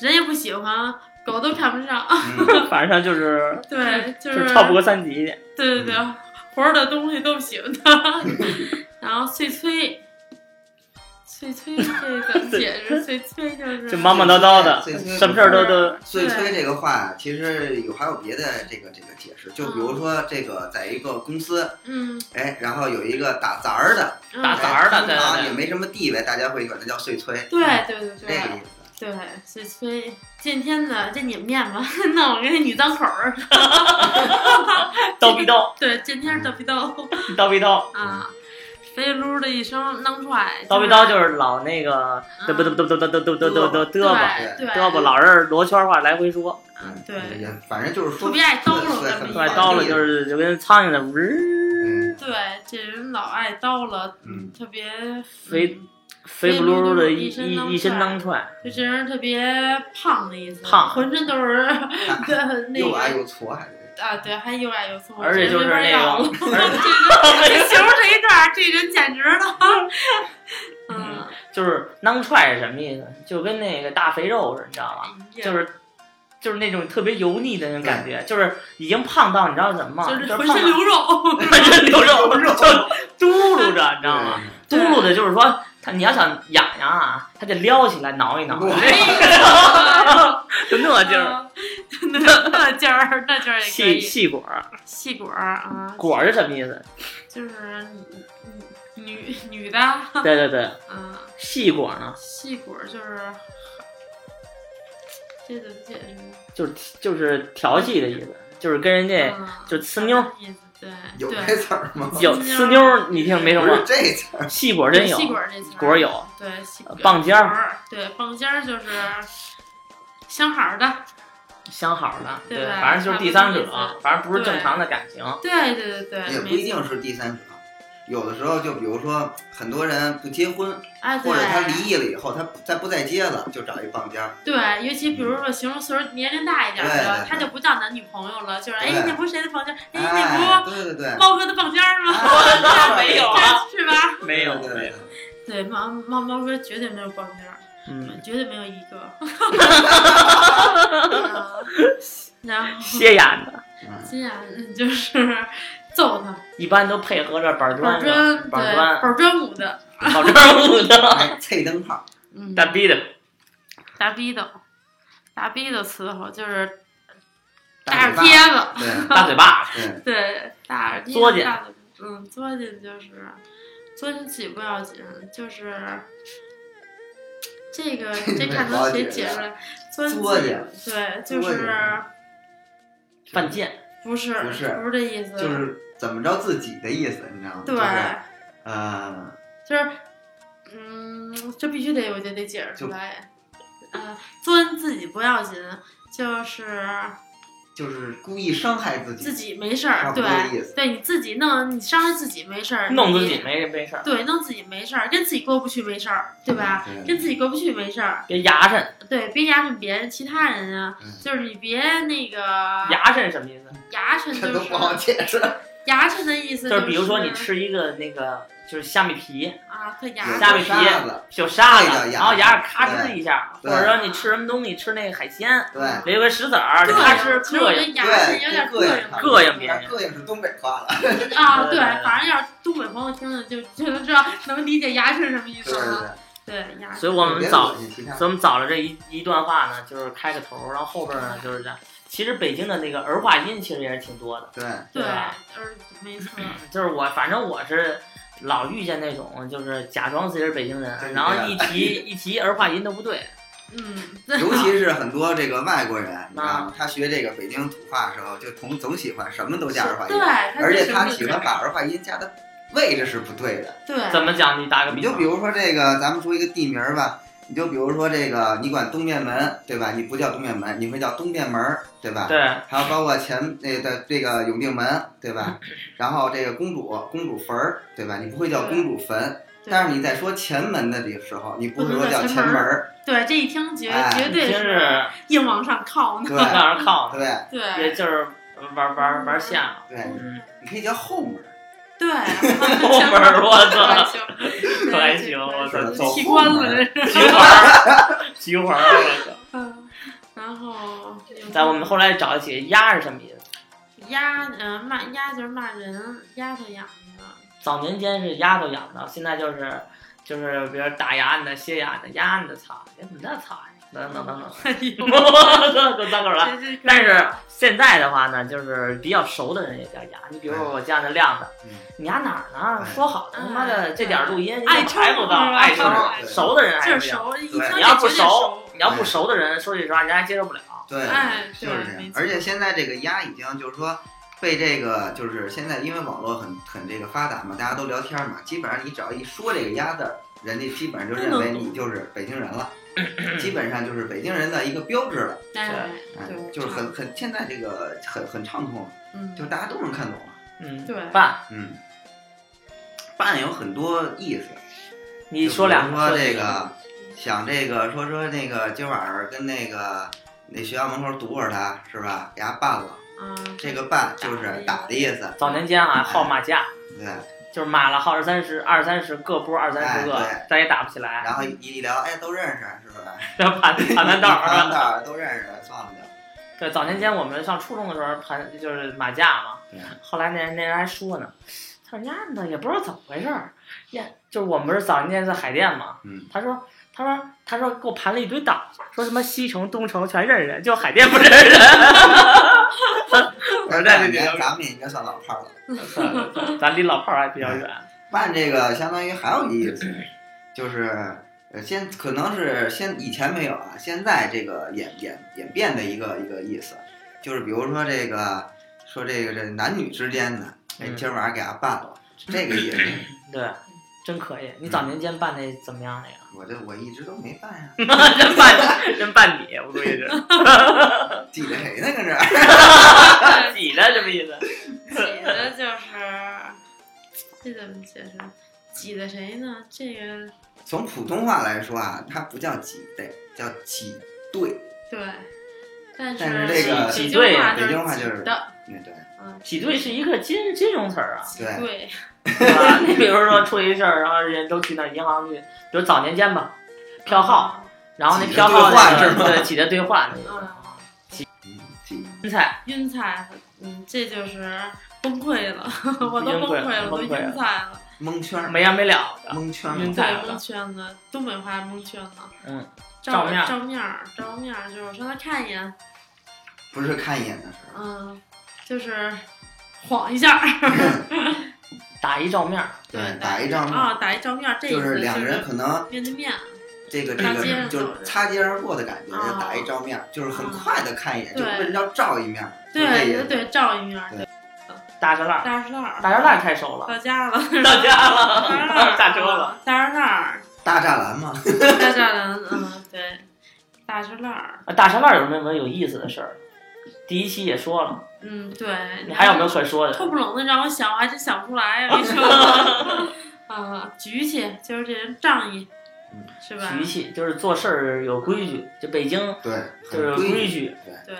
S2: 人也不喜欢，狗都看不上。
S3: 嗯，
S1: 反正就是
S2: 对，就
S1: 嗯就是是超不过嗯三级的，
S2: 对对对，活着的东西都不喜欢 它。然后碎催，碎催这个 解释，碎催就是
S1: 就忙忙叨叨的，
S3: 碎催
S1: 什么事儿都都
S3: 所以
S2: 对
S3: 催这个话呀，其实有还有别的这个这个解释，就
S1: 嗯
S3: 比如说这个在一个公司，
S2: 嗯
S3: 哎，然后有一个打杂儿的，
S2: 嗯
S1: 打杂儿的
S3: 哎
S1: 对对
S3: 通常
S1: 对
S3: 也没什么地位，大家会管他叫碎催，
S2: 对对对
S3: 这
S2: 对
S3: 个意思。
S2: 对碎催。见天子见你们面吧， 那我给那女脏口儿。
S1: 叨逼叨，
S2: 对，见天儿逗逼逗
S1: 叨逼叨，
S2: 啊，肥噜的一声囔出来。
S1: 叨逼叨就是老那个嘚不嘚不嘚不嘚嘚嘚嘚嘚嘚嘚
S2: 嗯对
S1: 啵
S2: 对
S1: 嘚啵，老是罗圈话来回说，
S2: 嗯对，
S3: 也反正就是说
S2: 特别爱叨
S3: 碎
S2: 了
S3: 很
S1: 对
S2: 这么一
S3: 烦
S2: 个
S1: 叨了就是就跟苍蝇的呜
S3: 嗯
S2: 对，这人老爱叨了，
S3: 嗯
S2: 特别
S1: 肥
S2: 嗯
S1: 肥不噜噜的一
S2: 一身当
S1: 一一身
S2: 踹
S1: 当踹，
S2: 就这人特别胖的意思，
S1: 胖
S2: 浑身都是对 那
S3: 又爱
S2: 个
S3: 又矬，还是
S2: 啊，对，还又矮又粗，
S1: 而且就是那
S2: 个
S1: 个，而
S2: 这个形容这一段儿，这人简直了，嗯，
S1: 就是当踹是什么意思？就跟那个大肥肉似的，你知道吗？就是就是那种特别油腻的那种感觉，就是已经胖到你知道什么吗？
S2: 就是
S1: 胖
S2: 浑身
S1: 到
S2: 流肉，
S1: 浑身流肉，就嘟噜着，你知道吗？嘟
S2: 对
S1: 噜的，就是说他你要想痒痒啊，他得撩起来挠一挠，
S3: 哇
S1: 就那劲儿。
S2: 啊那那劲儿，那劲儿也可
S1: 细
S2: 以，
S1: 细果儿，
S2: 细果儿啊，
S1: 果儿是什么意思？
S2: 就是女女的，啊，
S1: 对对对，细果儿呢，
S2: 细果儿就是。这怎么解释呢？
S1: 就是就是调戏的意思，就是跟人家
S2: 嗯
S1: 就呲妞儿，
S2: 意思对
S3: 有
S2: 对
S3: 这词儿吗？
S1: 有
S2: 哦呲
S1: 呲
S2: 妞
S1: 妞
S2: 儿
S1: 儿，你听没什
S3: 不是
S1: 么？
S3: 这词儿，
S1: 细果儿真有
S2: 细，管儿这词儿
S1: 果儿有，呃
S2: 对细管儿
S1: 棒尖儿，
S2: 儿对棒尖儿就是相好的，
S1: 相好的，
S2: 对
S1: 对，
S2: 吧
S1: 反正就是第三者
S2: 差不多意思，
S1: 反正不是正常的感情。
S2: 对对对对，
S3: 也哎不
S2: 没
S3: 一定是第三者。有的时候，就比如说，很多人不结婚，
S2: 哎对
S3: 或者他离异了以后，他不再不再结了，就找一棒尖儿。
S2: 对，尤其比如说形容岁数年龄大一点
S3: 对对
S2: 的，
S3: 对
S2: 他就不叫男女朋友了，就是哎
S3: 对
S2: 那不是谁的棒尖儿，哎
S3: 哎
S2: 那，
S3: 对对对，哎
S2: 不猫哥的棒尖儿吗？
S1: 那没有啊，
S2: 是吧？
S1: 没有
S3: 对
S1: 没
S3: 对
S1: 有，
S3: 对，
S2: 对，猫猫猫哥绝对没有棒尖儿，
S1: 嗯，
S2: 绝对没有一个。嗯然后
S1: 歇眼的，
S3: 嗯，
S2: 心想嗯就是揍 他，
S1: 一般都配合着板砖的、
S2: 板砖
S1: 板
S2: 对
S1: 砖、
S2: 板砖舞的，
S1: 跑砖舞 的、
S3: 哎，脆灯泡，
S2: 嗯，
S1: 大逼的、
S2: 大逼斗，大逼斗伺候就是大
S3: 大
S2: 耳
S3: 嘴巴
S2: 贴
S1: 大嘴巴子，
S2: 子，
S3: 对对，
S2: 对，大耳贴子，
S1: 作践
S2: 大嘴嗯，作践就是作践自己不要紧，就是这 个这看
S3: 不好
S2: 能谁
S3: 解
S2: 解
S3: 释
S2: 出来，作
S3: 作
S2: 践自己对，就
S3: 作
S2: 是
S3: 践
S1: 犯贱，
S2: 不是
S3: 不是
S2: 不是这意思，
S3: 就是怎么着自己的意思，你知道吗？
S2: 对，
S3: 就是呃，
S2: 就是嗯，这必须得我觉得得解释
S3: 就
S2: 出来，呃，作践自己不要紧，就是。
S3: 就是故意伤害自己，
S2: 自己没事
S3: 差
S2: 儿，
S3: 不多的意
S2: 对
S3: 思
S2: 对，你自己弄，你伤害自己没事儿，
S1: 弄自
S2: 你
S1: 己没没事儿，
S2: 对，弄自己没事儿，跟自己过不去没事儿，对吧？
S3: 嗯对
S2: 跟自己过不去没事儿，
S1: 别牙碜，
S2: 对，别牙碜别人，其他人啊，
S3: 嗯
S2: 就是你别那个
S1: 牙碜是什么意思？
S2: 牙碜，
S3: 这
S2: 就
S3: 都
S2: 是
S3: 不好解释。
S2: 牙碜的意思、
S1: 就是
S2: 是
S1: 比如说你吃一个那个就是虾米皮，
S2: 啊，特牙
S3: 有
S1: 下
S2: 碜，
S1: 面皮
S3: 沙子，
S1: 有沙
S3: 那叫
S1: 子，
S3: 牙
S1: 然后哎牙咔哧一下，或
S3: 对
S1: 者说你吃什么东西吃那个海鲜，
S3: 对
S1: 留个石子儿，
S2: 对，
S1: 咔哧
S2: 其实我
S1: 膈
S2: 觉
S1: 应，
S2: 得牙碜有点
S3: 膈
S2: 膈应
S3: 应
S2: 了
S1: 膈应嗯别人，
S3: 膈应是东北话了，
S2: 啊，
S1: 对
S2: 对
S1: 对，
S2: 反正要是东北朋友听了就就能知道能理解牙碜什么意
S3: 对
S2: 思
S3: 对
S2: 了，
S3: 对，
S2: 对牙碜，
S1: 所以我
S3: 别
S1: 们
S3: 恶
S1: 早，
S3: 心其
S1: 所
S3: 他
S1: 以。我们找了这一一段话呢，就是开个头，然后后边呢就是这样。其实北京的那个儿化音其实也是挺多的，
S3: 对，
S1: 对
S2: 对，
S1: 吧
S2: 就是没错，
S1: 就是我反正我是老遇见那种就是假装自己是北京人，
S3: 对
S1: 然后一 提一提儿化音都不对，
S2: 嗯，
S3: 尤 其是很多这个外国人，你知道
S1: 啊
S3: 吗？他学这个北京土话的时候，就总总喜欢什么都加儿化音
S2: 对，，
S3: 而且他
S2: 就是
S3: 喜欢把儿化音加的位置是不对的。
S2: 对
S1: 怎么讲？你打个
S3: 你
S1: 比
S3: 就
S1: 方
S3: 比，如说这个，咱们说一个地名儿吧，你就比如说这个，你管东便门，对吧？你不叫东便门，你会叫东便门儿，对吧？
S1: 对，
S3: 还有包括前那的这个永定门，对吧？然后这个公主公主坟儿，对吧？你不会叫公主坟，
S2: 对
S3: 但是你在说前门的这个时候，你不会
S2: 不
S3: 说
S2: 能叫
S3: 叫
S2: 前
S3: 前
S2: 门
S3: 门
S2: 儿
S3: 儿，
S2: 对，这一听绝
S3: 哎
S2: 绝对
S1: 真
S2: 是
S1: 是
S2: 硬往上靠呢。
S3: 对
S1: 让人靠，
S3: 对
S1: 也
S2: 对
S1: 就是玩玩玩线 了。
S3: 对，
S1: 嗯，
S3: 你可以叫后门儿，
S2: 对，
S1: 后门儿我操，
S2: 操
S1: 可还行我操
S3: 走
S2: 踢
S3: 后
S2: 关
S3: 门
S2: 了
S3: 儿
S2: 这
S1: 菊
S2: 是。
S1: 花 儿，菊花儿，我操！
S2: 嗯， 然后有
S1: 在我们后来找一起，鸭是什么意思？
S2: 压呃骂压就是骂人，压着养着，
S1: 早年间是鸭都养的，现在就是就是比如打鸭你的、歇鸭你的、鸭你的，操，哎，怎么那操呀？等等等等，
S2: 哎呦，
S1: 我操，给我脏口了。
S2: 这这可
S1: 但
S2: 以
S1: 是
S2: 了
S1: 现在的话呢，就是比较熟的人也叫鸭。你比如说我家那亮子
S3: 哎嗯，
S1: 你家哪儿呢？
S3: 哎
S1: 说好的他妈
S2: 嗯
S1: 的这点儿录音，你怎么
S2: 爱
S1: 还不
S2: 称
S1: 到，
S2: 是吧
S1: 爱称
S3: 对
S1: 熟的人还
S2: 嗯就
S1: 不
S2: 是
S1: 行。
S2: 熟，一听
S3: 对
S2: 这
S1: 你要不
S2: 绝对
S1: 熟
S2: 熟，，
S1: 你要不熟的人，说句实话，人家还接受不了。
S3: 对，
S2: 哎对
S3: 就是这
S2: 没
S3: 样。
S2: 错
S3: 而且现在这个鸭已经就是说被这个就是现在因为网络很很这个发达嘛，大家都聊天嘛，基本上你只要一说这个鸭字儿，人家基本上就认
S2: 嗯
S3: 为你就是北京人了，基本上就是北京人的一个标志了。
S2: 哎
S3: 哎
S2: 对，，
S3: 就是很很现在这个很很畅通，
S2: 嗯
S3: 就是大家都能看懂了。
S1: 嗯，
S2: 对
S1: 爸，
S3: 嗯，办有很多意思，
S1: 你说两个
S3: 就比如说这个，想这个说说那个今晚上跟那个那学校门口堵会儿他是吧？给他办了，
S2: 啊
S3: 这个办就是打的意思，
S1: 早年间啊，
S3: 哎
S1: 好骂架，
S3: 对。
S1: 就是骂了好二三十、二三十各波，二三十个
S3: 哎，
S1: 咱也打不起来，
S3: 然后一聊，哎，都认识是 不是？
S1: 然后盘盘盘道儿
S3: 盘
S1: 啊。
S3: 道儿都认识，算了就。
S1: 对，早年间我们上初中的时候盘就是马架嘛
S3: 对，
S1: 后来那人那人还说呢，他说那呢也不知道怎么回事儿，呀，就是我们不是早年间在海淀嘛，
S3: 嗯
S1: 他说他说他说给我盘了一堆档，说什么西城东城全认识人，就海淀不认识 人，
S3: 但是
S1: 那
S3: 这
S1: 就比较
S3: 年咱们也应该算老炮儿了。
S1: 算了算了咱离老炮儿还比较远，
S3: 办这个相当于还有一意思，就是呃，先可能是先以前没有啊，现在这个演演演变的一个一个意思，就是比如说这个说这个这男女之间的，哎，
S1: 嗯
S3: 今儿晚上给他办了，是这个意思。
S1: 对，真可以，你早年间办那怎么样那个？
S3: 我这我一直都没办呀、
S1: 真办真办你，我估计是
S3: 记得谁呢？搁这儿
S1: 挤的什么意思？
S2: 挤的就是这怎么解释？挤的谁呢？这个
S3: 从普通话来说啊，它不叫挤兑，叫挤兑。
S2: 对，但
S3: 但是这个
S2: 北
S1: 挤
S2: 京
S1: 兑
S2: 话
S3: 北京话
S2: 挤
S3: 就是
S2: 的，
S3: 那对
S2: 嗯，
S1: 挤兑是一个金金融词儿啊，
S3: 对
S2: 对，
S1: 对 吧？你比如说出一事儿，然后人都去那银行去，比如早年间吧，票号，然后那票号那
S3: 挤
S1: 个
S3: 着兑换是吗
S1: 对挤着兑换那个
S2: 嗯，
S3: 嗯，挤
S1: 金菜，
S2: 晕菜，嗯，这就是崩溃了，我都崩溃了，我都
S1: 崩溃
S2: 晕
S1: 了
S2: 菜了，
S3: 蒙圈儿，
S1: 没完没了的。
S3: 蒙圈
S1: 晕菜
S3: 儿，
S2: 嗯对，
S1: 了
S2: 蒙圈了，东北话蒙圈了，
S1: 嗯，
S2: 照
S1: 照面儿
S2: 照面儿，照面儿，就是我上他看一眼，
S3: 不是看一眼的事儿。
S2: 嗯，就是晃一下儿，
S1: 打一照面儿，
S3: 对，打一仗
S2: 啊，打一照面儿，这一
S3: 嗯就
S2: 次
S3: 是两个人可能
S2: 面对面，
S3: 这个这
S2: 擦肩而
S3: 个
S2: 过
S3: 就是擦肩而过的感觉，
S2: 啊
S3: 就打一照面，就是很快的看一眼，
S2: 对
S3: 就为什么叫照一面？
S2: 对对对，照一面儿，
S3: 对
S2: 对，
S1: 大栅栏儿，
S2: 大石烂儿，
S1: 大栅栏儿太熟了，
S2: 到家了，
S1: 到家了，
S2: 大栅栏，
S1: 打车了，，
S2: 大石烂儿，
S3: 大栅栏嘛，
S2: 大栅栏， 嗯，对，大石烂儿，
S1: 啊大栅栏儿有没有有意思的事儿？第一期也说了，
S2: 嗯，对，
S1: 你还有没有可说
S2: 特
S1: 的？
S2: 不冷的让我想，我还真想不出 来呀，没说。啊，局气就是这人仗义，
S3: 嗯
S2: 是吧？
S1: 脾气就是做事儿有规矩，就北京
S3: 对，
S1: 就是
S3: 很
S1: 规
S3: 规。
S1: 矩，
S2: 对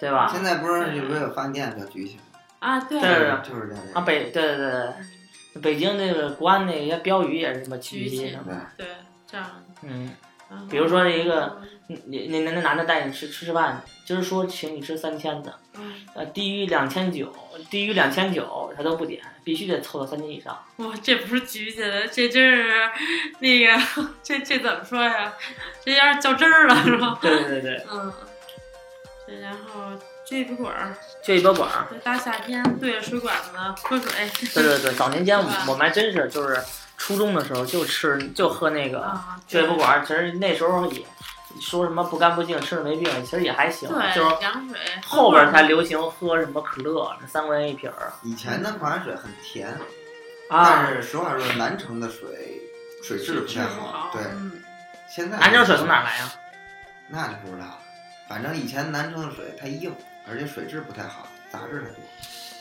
S1: 对吧？
S3: 现在不是有没有饭店叫举起？
S2: 啊，对
S1: 对
S3: 就是就是这
S1: 啊，
S3: 样。
S1: 北对对对对，北京那个国安那些标语也是什么
S2: 举
S1: 举
S2: 起
S1: 起什么，
S2: 对，仗义。
S1: 嗯，
S2: 然后
S1: 比如说一个，你你那那男的带你吃吃吃饭，就是说请你吃三千的，
S2: 嗯，
S1: 呃，低于两千九，低于两千九他都不点，必须得凑到三千以上。
S2: 哇，这不是举起来，这真是那个，这这怎么说呀？这要是较真儿了是吧？
S1: 对对对，
S2: 嗯，对，然后撅一滚儿，
S1: 就一拨管儿。
S2: 这大夏天对着水管子喝水
S1: 对对对，早年间我们
S2: 是吧
S1: 我们还真是就是初中的时候就吃就喝那个
S2: 啊，
S1: 就一拨管儿，其实那时候也说什么不干不净，吃了没病，其实也还行，就是
S2: 对，凉水
S1: 后边儿才流行喝什么可乐，三块钱一瓶儿
S3: 以前的矿泉水很甜，
S1: 啊
S3: 但。是实话说，南城的水水质不太好，对，
S2: 嗯，
S3: 现在
S1: 南京水从哪儿来呀、啊
S3: 那就不知道了。反正以前南城的水太硬，而且水质不太好，杂质太多。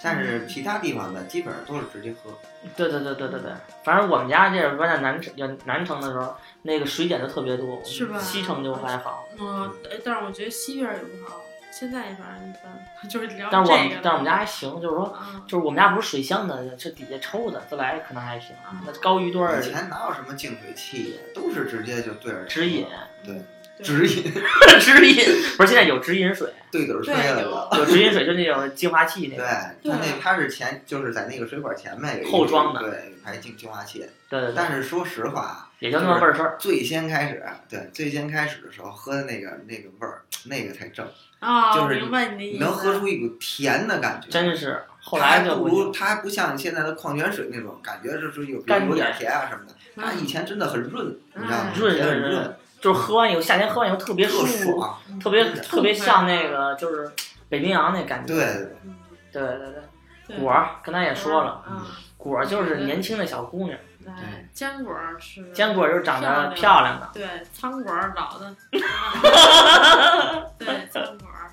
S3: 但是其他地方的基本上都是直接喝。
S1: 对对对对对对，反正我们家这是搬在南城有南城的时候，那个水碱就特别多，
S2: 是吧
S1: 西城就还好，
S2: 嗯，但但是我觉得西边儿也不好，现在反正一般， 就是聊
S1: 但是我们、
S2: 这个了。
S1: 但是我们家还行，就是说
S2: 啊，
S1: 就是我们家不是水箱的，是底下抽的，自来可能还行
S2: 啊，
S1: 那高于多少
S3: 以前哪有什么净水器呀，都是直接就对着
S1: 直饮，
S2: 对
S3: 直饮
S1: 直饮不是现在有直饮水，
S3: 对嘴吹
S2: 对
S3: 来了。
S2: 有
S1: 有直饮水就那种净化器那
S3: 对，
S1: 个，
S3: 它那它是前就是在那个水管前面有一个
S1: 后装的
S3: 对，有一排净净化器。
S1: 对对对，
S3: 但是说实话，
S1: 也就那么味儿事儿。
S3: 最先开始对最先开始的时候喝的那个那个味儿，那个才正，
S2: 啊，
S3: 就是
S2: 我明白你的意
S3: 你
S2: 思，
S3: 能喝出一股甜的感觉。
S1: 真是，后
S3: 它还
S1: 来就
S3: 不
S1: 不
S3: 如
S1: 行
S3: 它还不像现在的矿泉水那种感觉，就是有
S1: 甘甜
S3: 有点甜啊什么的。
S2: 嗯
S3: 它以前真的很润，你知道吗？
S2: 嗯
S1: 润
S3: 很
S1: 润
S3: 润，
S1: 润，就是喝完以后，夏天喝完以后特别舒
S3: 特
S1: 服，
S3: 爽。
S1: 特别
S3: 嗯
S1: 特别像
S2: 啊
S1: 那个就是北冰洋那感觉。
S3: 对，
S2: 嗯
S1: 对对对，
S2: 对
S1: 果儿刚才也说了，
S2: 啊，
S1: 果儿就是年轻的小姑娘，
S2: 对，坚果儿是
S1: 坚果儿就是长得
S2: 漂
S1: 漂亮的，
S2: 对，苍果儿 老的，对，苍果儿，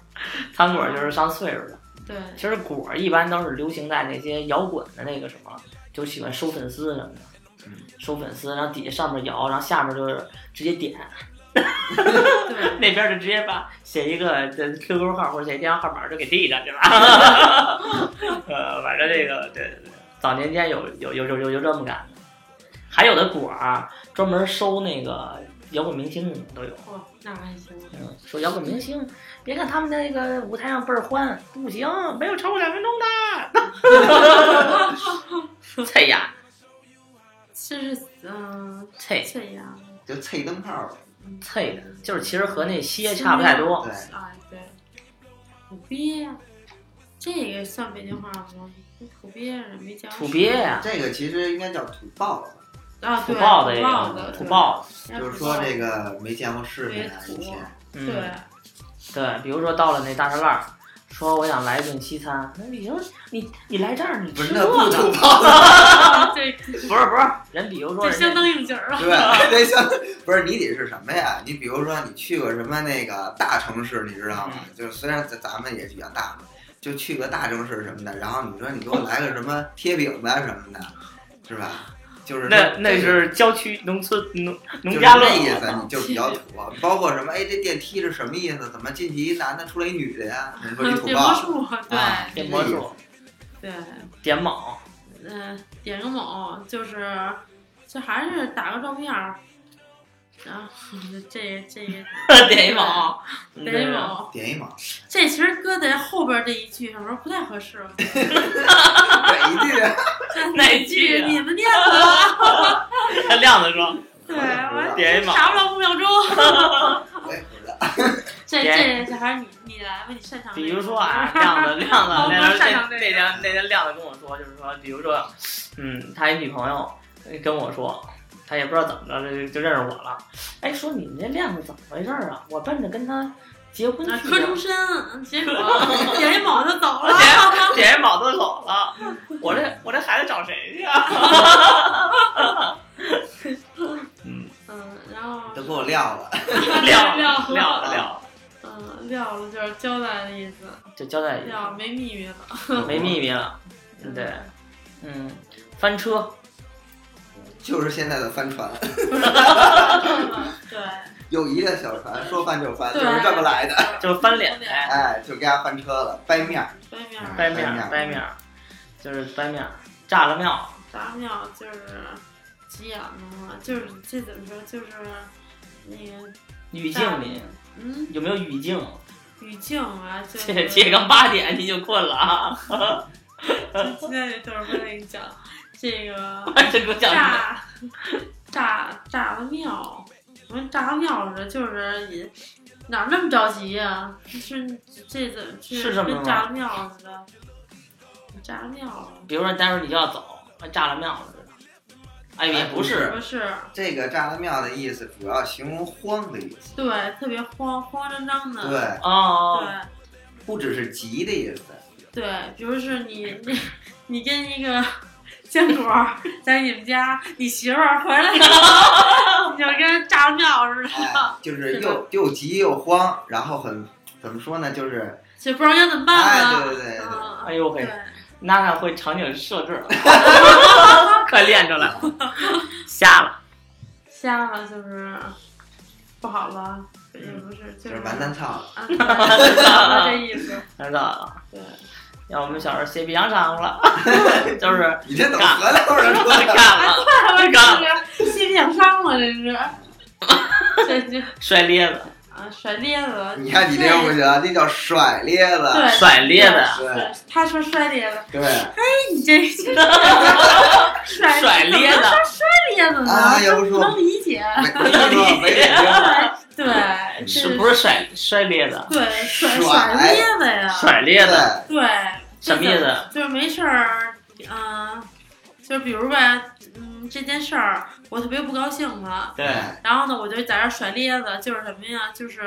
S1: 糖果儿就是上岁数的。
S2: 对，
S1: 其实果儿一般都是流行在那些摇滚的那个什么，就喜欢收粉丝什么的
S3: 嗯，
S1: 收粉丝，然后底下上面摇，然后下面就是直接点，
S2: 对，
S1: 那边就直接把写一个这 QQ 号或者写电话号码就给递上去了。 呃，反正这个对对对，早年间有有有有有有这么干的，还有的果儿啊专门收那个摇滚明星那种都有。
S2: 哦，那还行，
S1: 嗯，说摇滚明星，别看他们那个舞台上倍儿欢，不行，没有超过两分钟的。菜呀，
S2: 这是嗯，
S1: 菜
S2: 这样，
S3: 就脆灯泡儿。
S2: 嗯
S1: 菜的，就是其实和那些差不太多。
S3: 对，
S2: 啊，对，土鳖呀，这个算北京话吗？土鳖是没见过
S1: 土鳖呀，
S3: 这个其实应该叫土爆子，
S2: 啊，
S1: 土
S2: 对，
S1: 豹子也
S2: 豹
S1: 有，
S2: 子，
S1: 土豹子。
S2: 对，
S3: 就是说这个没见过世面啊，
S2: 对
S3: 以前
S1: 嗯，
S2: 对，
S1: 对，比如说到了那大栅栏儿，说我想来一顿西餐，那你就你你来这儿你
S3: 不
S1: 吃
S3: 是那不
S1: 这
S3: 土
S1: 个，
S3: 爆子，
S2: 这
S1: 不是不是，人比如说
S2: 这
S1: 人
S2: 啊相
S1: 家
S2: 当应景 儿了，
S3: 对吧？对，像不是你得是什么呀？你比如说你去过什么那个大城市，你知道吗？
S1: 嗯
S3: 就是虽然咱咱们也比较大嘛，就去个大城市什么的，然后你说你给我来个什么贴饼子啊什么的，是吧？就是
S1: 那
S3: 说
S1: 那
S3: 这个
S1: 是郊区农村农
S3: 就
S1: 农
S3: 是
S1: 家乐
S3: 那意思，你就比较土。包括什么，哎，这电梯是什么意思？怎么进去一男的，出来一女的呀？你说你土
S2: 变魔
S3: 爆，
S2: 术，
S3: 啊
S2: 对，
S1: 变魔术
S2: 对，
S1: 点 卯，
S2: 嗯，点个某，就是就还是打个照片儿，然后这这
S1: 点一卯，嗯
S2: 这点一
S1: 啊
S2: 某，
S3: 点一毛，
S2: 这其实搁在后边这一句有时候不太合适。
S3: 哪一句啊？
S1: 哪句啊
S2: 你们念的？
S1: 他亮子说
S3: 嗯
S2: 对，我
S1: 点一卯，
S2: 傻不了五 秒钟。
S3: 我也不知道。
S2: 这
S1: 点
S2: 这这还是你你来吧，你擅长这个。
S1: 比如说啊， 亮子 亮子
S2: 好
S1: 那
S2: 我
S1: 天
S2: 擅长
S1: 那
S2: 这个
S1: 天那天亮子跟我说，就是说，比如说，嗯，他一女朋友跟我说，他也不知道怎么着就就认识我了，哎，说你们这亮子怎么回事儿啊？我奔着跟他结婚
S2: 啊
S1: 去
S2: 柯
S1: 的
S2: 中。
S1: 啊
S2: 深，结果 点一卯就走 了。
S1: 姐姐卯都走了，我这我这孩子找谁去啊？ 嗯，
S2: 嗯，然 后
S3: 都给我撂了，
S1: 撂
S2: 撂
S1: 了撂了撂了，
S2: 嗯撂了就是交代的意思，
S1: 就交代一下，
S2: 撂没秘密了。
S1: 没秘密了。对，嗯，翻车，
S3: 就是现在的帆船，
S2: 对，
S3: 友谊的小船，说翻就啊翻，就
S2: 对
S3: 是这么来的。
S1: 就是翻脸
S2: 哎
S3: 哎，就给他翻车了，掰面儿。
S2: 对面儿
S1: 掰面儿，掰面儿，就是掰面儿，炸了庙，
S2: 咱们要就是急眼的话，就是这怎么说，就是那个
S1: 语境里
S2: 嗯
S1: 有没有语境？
S2: 语境啊，就
S1: 这
S2: 是
S1: 这刚八点你就困了啊！
S2: 现在就是我跟你讲这个
S1: 这给我讲什么
S2: 炸炸炸了庙，我们炸了庙似的，就是也哪那么着急呀、是这怎么
S1: 是这么着吗
S2: 跟炸了庙似的？炸了庙
S1: 比如说，待会儿你就要走，炸了庙了似的。哎，也不是，
S2: 不是
S3: 这个炸了庙的意思，主要形容慌的意思。
S2: 对，特别慌慌张张
S1: 嗯
S2: 的，
S3: 对，
S1: 哦，
S2: 对
S3: 不只是急的意思，
S2: 对，比如说你你你跟一个坚果儿在你们家，你媳妇儿回来了， 你就跟炸了庙似的，
S3: 哎，就是又又急又慌，然后很怎么说呢，就是
S2: 就不知道该怎么办
S3: 哎，
S2: 了。
S3: 对对对对，
S2: 嗯
S1: 哎呦喂，
S2: 对
S1: 娜娜会场景设 置了， 快练出来了，瞎了。
S2: 瞎了就是不好了，也不是，就
S3: 嗯就是是完蛋操了。
S2: 啊， 了这意思。
S1: 知道了，
S2: 对，
S1: 要我们小时候写鼻洋上了， 就是
S3: 你这怎么河南味儿出来
S1: 干
S3: 了？
S1: 了，
S2: 我这是心想伤了，这是，这这
S1: 摔咧 子，
S2: 啊甩咧子。
S3: 你看你这样不行，那叫甩咧子。
S2: 对
S1: 甩咧子呀，
S3: 对
S2: 对，他说摔咧子，
S3: 对，
S2: 你这甩
S1: 甩咧子
S2: 怎么能说摔咧子呢？
S3: 啊也不
S2: 这
S3: 说
S2: 不能理解。
S3: 没没听说没听说，
S2: 对，这
S1: 是不是甩摔咧子？
S2: 对甩
S3: 甩
S2: 甩咧子呀？
S1: 甩咧子
S3: 对，
S2: 对，
S1: 什么意思？
S2: 就是没事儿，嗯、就比如吧，嗯，这件事儿我特别不高兴了，
S1: 对，
S2: 然后呢，我就在这儿甩咧子，就是什么呀，就是，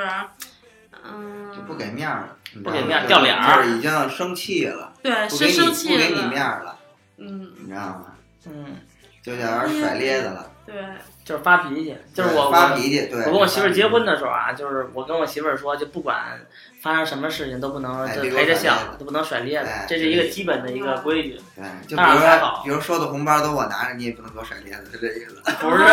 S2: 嗯、
S3: 就不给面儿了，
S1: 不给面
S3: 你
S1: 儿
S3: 知
S1: 掉
S3: 道吗
S1: 脸儿
S3: 就是已经生气了，
S2: 对，
S3: 不
S2: 是
S3: 给你
S2: 生
S3: 不
S2: 气
S3: 给你
S2: 了，
S3: 面儿了，
S2: 嗯，
S3: 你知道吗？
S1: 嗯，
S3: 就叫人甩咧子了，
S2: 对，
S1: 就是发脾气，就是我
S3: 发
S1: 我
S3: 脾气。对，
S1: 我跟我媳妇儿结婚
S3: 的，
S1: 的时候啊，就是我跟我媳妇儿说，就不管发生什么事情都不能
S3: 哎
S1: 就
S3: 别给
S1: 陪着
S3: 我甩
S1: 笑
S3: 咧，子
S1: 就不能甩咧子
S3: 哎，
S1: 这是一个基本的一个规矩。
S3: 对，就比
S1: 那
S3: 如
S1: 还好
S3: 说，比如说的红包都我拿着，你也不能给我甩咧子，是啊这 意思。
S1: 不是，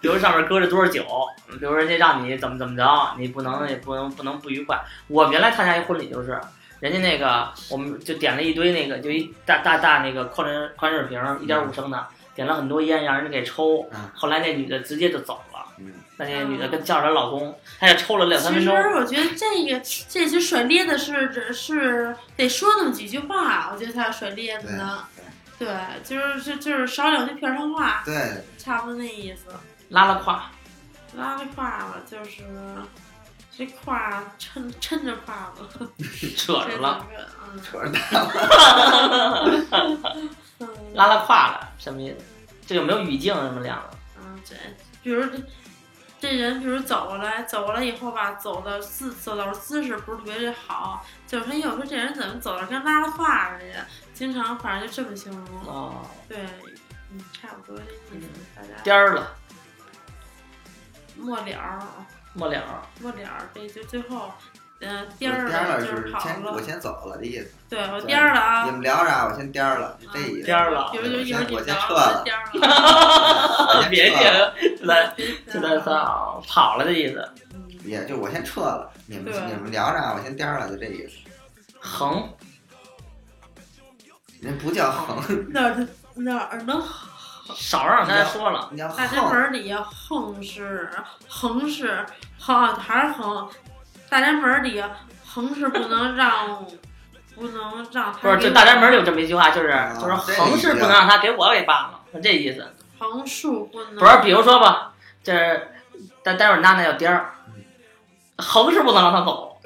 S1: 比如上面搁着多少酒，比如人家让你怎么怎么着，你不能也不能不能不愉快。我原来参加一婚礼就是，人家那个我们就点了一堆那个，就一大大大那个矿泉矿泉水瓶，一点五升的，点了很多烟让人家给抽
S3: 嗯，
S1: 后来那女的直接就走了。
S3: 嗯，
S1: 那那女的跟叫着她老公，她也抽了两三
S2: 其
S1: 分
S2: 实
S1: 钟。
S2: 我觉得这个这些甩咧子是是得说那么几句话，我觉得才叫甩咧子呢。对，就是就就是少两句片儿汤话，
S3: 对，
S2: 差不多那意思。
S1: 拉了胯，
S2: 拉了胯了，就是这胯抻抻着胯子，
S1: 扯着了，
S2: 这整个，
S3: 扯着蛋。
S2: 嗯嗯
S1: 拉了胯了，什么意思？这有没有语境什么样的？
S2: 嗯，这比如这这人，比如走过来，走过来以后吧，走的姿走道姿势不是特别好，就是说，哎呦，我说这人怎么走的跟拉了胯似的，经常反正就这么形容，
S1: 哦，
S2: 对，嗯，差不多这意思，大家
S1: 颠儿了，
S2: 末了儿
S1: 末了儿，
S2: 末了儿，这就最后。嗯，颠
S3: 颠
S2: 儿
S3: 了
S2: 了
S3: 就
S2: 就是是跑
S3: 先我
S2: 了，
S3: 先走了的意思。
S2: 对我颠儿了
S3: 你
S2: 啊，
S3: 们聊着啊，我先颠儿了，是这意思。
S1: 颠儿了
S2: 有有
S3: 我
S2: 有
S3: 先
S2: 你
S3: 我
S2: 们
S3: 先
S2: 聊
S3: 撤
S2: 了，
S3: 了，
S2: 颠儿了，
S3: 我
S1: 别
S3: 先撤了，
S1: 介， 就在
S2: 别
S1: 就在操跑了的意思，
S2: 嗯
S3: 也就我先撤了。你们
S2: 对
S3: 你们聊着啊，我先颠儿了，就这意思。
S1: 横
S3: 人不叫横，
S2: 哪儿哪儿能横？
S1: 少让刚才说了，
S3: 你叫
S2: 大宅门
S3: 啊横。
S2: 儿里横是横是横，啊还是横？大宅门儿里横是不能让，不能让他
S1: 不是
S2: 给
S1: 就
S2: 我
S1: 大宅门里有这么一句话，就是
S2: 哦
S1: 就是横是不能让他给我给办了，是这意思。
S2: 横竖不能
S1: 不是，比如说吧，这待待会儿娜娜要颠儿，横是不能让他走，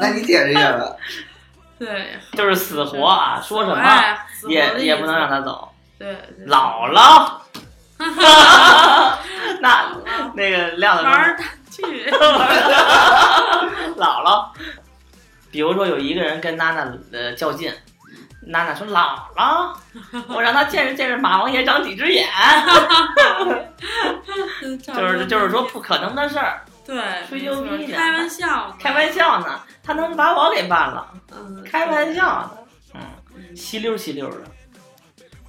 S3: 那你解释一下吧。
S2: 对，
S1: 就是死活啊，说什么
S2: 哎，死活的
S1: 也也
S2: 意
S1: 不
S2: 思
S1: 能让他走。
S2: 对对
S1: 姥姥， 那那个亮的
S2: 玩儿大 剧，
S1: 姥姥，比如说有一个人跟娜娜呃较劲，娜娜说姥姥， 我让他见识见识马王爷长几只眼， 就是就是说不可能的事儿，
S2: 对，
S1: 吹牛逼呢
S2: 开玩笑呢，
S1: 开玩笑呢，他能把我给办了，
S2: 嗯，
S1: 开玩笑呢，
S2: 嗯
S1: 嗯，吸溜吸溜的，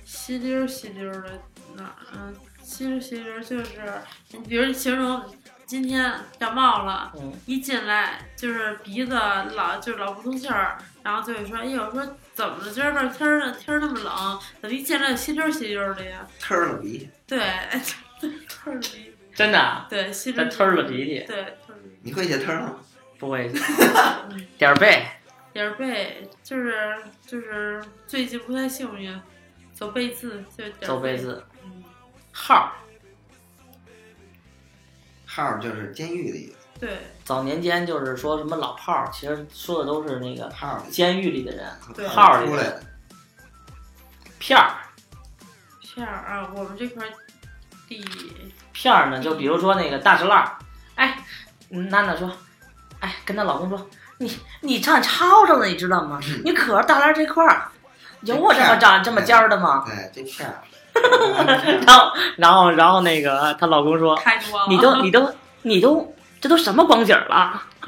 S2: 吸溜儿吸溜儿的哪儿？嗯，吸溜儿吸溜儿就是，你比如你形容今天感冒了，
S1: 嗯，
S2: 一进来就是鼻子老就是老不通气儿，然后就会说，哎呦，说怎么了？今儿这天儿天儿那么冷，怎么一进来就吸溜儿吸溜儿的呀？
S3: 特儿了鼻，
S2: 对，特儿鼻，
S1: 真的啊，
S2: 对，吸溜
S1: 他
S2: 儿
S1: 吞了鼻涕，
S2: 对，特儿鼻，
S3: 你会写特儿吗？
S1: 不 会
S2: 嗯
S1: 点儿背，
S2: 也是背，就是就是最近不太幸运，走背字就
S1: 走背，字，
S2: 嗯，
S1: 号儿，
S3: 号儿就是监狱的意思，
S2: 对
S1: 早年间就是说什么老炮儿，其实说的都是那个
S3: 号儿的意
S1: 监狱里的人，
S2: 对
S3: 思，
S1: 号儿里
S3: 出来的。
S1: 片儿。
S2: 片儿啊，我们这块儿地
S1: 片儿呢，就比如说那个大石烂儿，哎，娜娜说，哎，跟她老公说，你你站超上了，你知道吗？你可是大烂这块儿，有我嗯这么长这么尖儿的吗？
S3: 对，这片儿，
S1: 然后，然后，然后那个她老公说
S2: 太多了，：“
S1: 哦你都，你都，你都，这都什么光景儿了？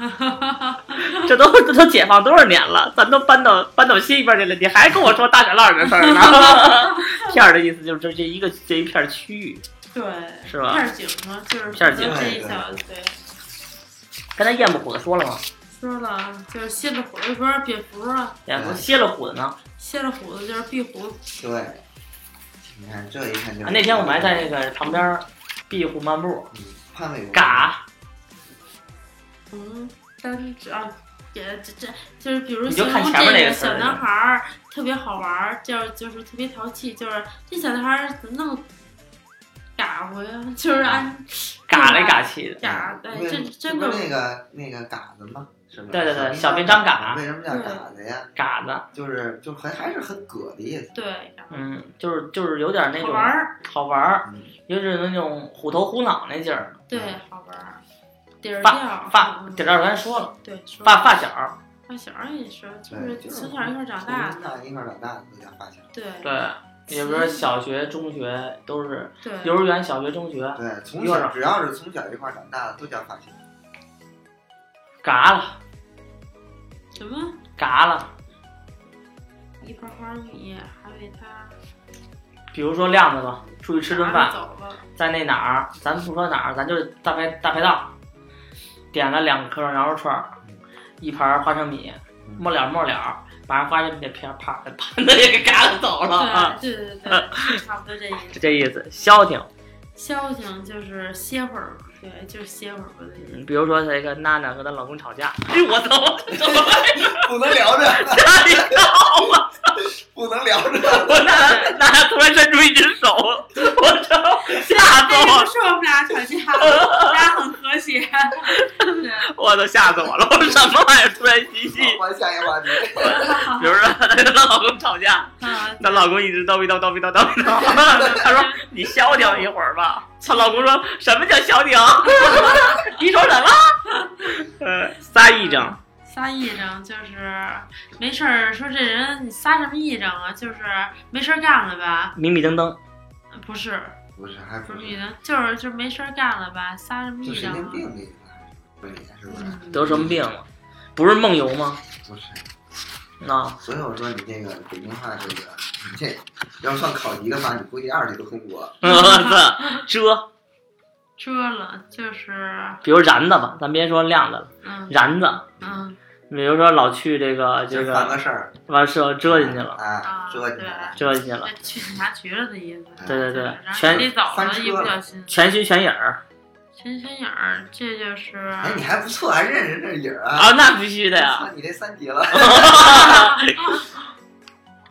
S1: 这都这都解放多少年了？咱都搬到搬到西边去了，你还跟我说大栅栏的事儿呢？” 片儿的意思就是这这一个这一片区域。
S2: 对，
S1: 是吧
S2: 片儿警嘛，就是
S1: 片儿警
S2: 这一小对，
S1: 刚才燕不虎的说了吗？
S2: 说了就是蝎子虎，不是蝙蝠啊，
S1: 燕不歇了虎的呢？
S2: 蝎子虎子就是壁虎，
S3: 对，你看这一看就
S1: 啊
S3: 是。
S1: 那天我们还在那个旁边儿壁虎漫步，
S3: 嗯潘玮柏
S1: 嘎，
S2: 嗯，单指啊。也这这就是，比如
S1: 你
S2: 形
S1: 就
S2: 容
S1: 看前面那
S2: 这
S1: 个
S2: 个
S1: 词儿
S2: 小男孩儿特别好玩儿，就是就是特别淘气，就是这小男孩儿怎么那么嘎乎呀？就是按
S1: 嘎来嘎去的。
S2: 嘎，
S3: 对
S2: 啊对，这真
S3: 嗯不
S2: 的
S3: 是那个那个嘎子吗？是不是
S1: 对对对小兵
S3: 兵
S1: 张嘎
S3: 为什么叫嘎子呀？
S1: 嘎子，
S3: 就是就很还是很葛的意思。
S2: 对，
S1: 嗯，就是就是有点那
S2: 好
S1: 种
S2: 玩儿，
S1: 好玩儿，
S3: 嗯
S1: 有点那种虎头虎脑那劲儿，
S2: 对，好玩儿，底儿
S1: 嗯发
S2: 料，
S1: 发
S2: 嗯
S1: 底儿，刚才说了，
S2: 对，说
S1: 发发小，
S2: 发小儿也是，就
S3: 对，
S2: 是
S3: 就是
S2: 从小一块儿长大的，
S3: 的，一块儿长大的都叫发小。
S2: 对
S1: 对，也不是小学、中学都是
S2: 对，
S1: 幼儿园、小学、中学，
S3: 对，从
S1: 幼儿
S3: 小只要是从小一块儿长大的都叫发小。
S1: 嘎了
S2: 什么
S1: 嘎了。
S2: 一盘花生米，还为他
S1: 比如说亮子吧，出去吃顿饭，
S2: 走了，
S1: 在那哪儿，咱不说哪儿，咱就是大排大排档，点了两颗羊肉串儿，一盘花生米，末了末了，把人花生米的片儿啪给盘子也给嘎了走了啊，
S2: 对对对对，差不多这意
S1: 就
S2: 思。
S1: 这意思，消停。
S2: 消停就是歇会儿，对，就是歇会儿吧的 意思。
S1: 比如说这个娜娜和她老公吵架，哎我操，怎么
S3: 不能聊着，
S1: 家里闹啊？
S3: 不能聊着。
S1: 我娜娜娜娜突然伸出一只 手，我操，吓死我
S2: 哎不
S1: 了！
S2: 是我们俩吵架了，我们俩很和谐。 对，
S1: 我都吓死我了！我说什么玩意儿？突然袭击，
S3: 换下一个话题。
S1: 比如说她跟她老公吵架，
S2: 啊，
S1: 她老公一直叨逼叨叨逼叨叨逼叨， 她说你消停一会儿吧。她老公说什么叫消停？ 你说什么？呃，仨癔症，
S2: 撒癔症就是没事儿，说这人你撒什么癔症啊？就是没事儿干了吧？
S1: 迷迷瞪瞪，
S2: 不是，
S3: 不是，还
S2: 不
S3: 不
S2: 是
S3: 是
S2: 癔，症，就是就是没事儿干了吧？撒什么
S3: 就
S2: 癔
S3: 神
S2: 症
S3: 经
S2: 啊？
S3: 病这个，不是也是不是？
S2: 嗯
S1: 得什么病了？不是梦游吗？
S3: 不是。
S1: 啊，
S3: 所以我说你这个北京话这个，你这要算考级的话，你估计二十都通过。
S1: 我操，遮，
S2: 遮了，就是
S1: 比如燃的吧，咱别说亮的了，
S2: 嗯
S1: 燃的，
S2: 嗯
S1: 比如说老去这个这
S3: 就犯
S1: 个
S3: 个事儿，
S1: 完事儿遮进去了，
S3: 啊，
S2: 啊，
S3: 折
S2: 对，
S3: 进去了，
S1: 遮进去了，
S2: 那去警察局了的意思。
S1: 对对对
S2: 然后
S1: 全
S2: 得走
S3: 翻
S2: 了，
S3: 车
S2: 一不
S3: 了
S2: 小心，
S1: 全虚全影儿
S2: 全身影儿，这就是
S3: 哎，你还不错，还认识这影儿啊。
S1: 啊，那必须的呀，
S3: 算你这三 级了，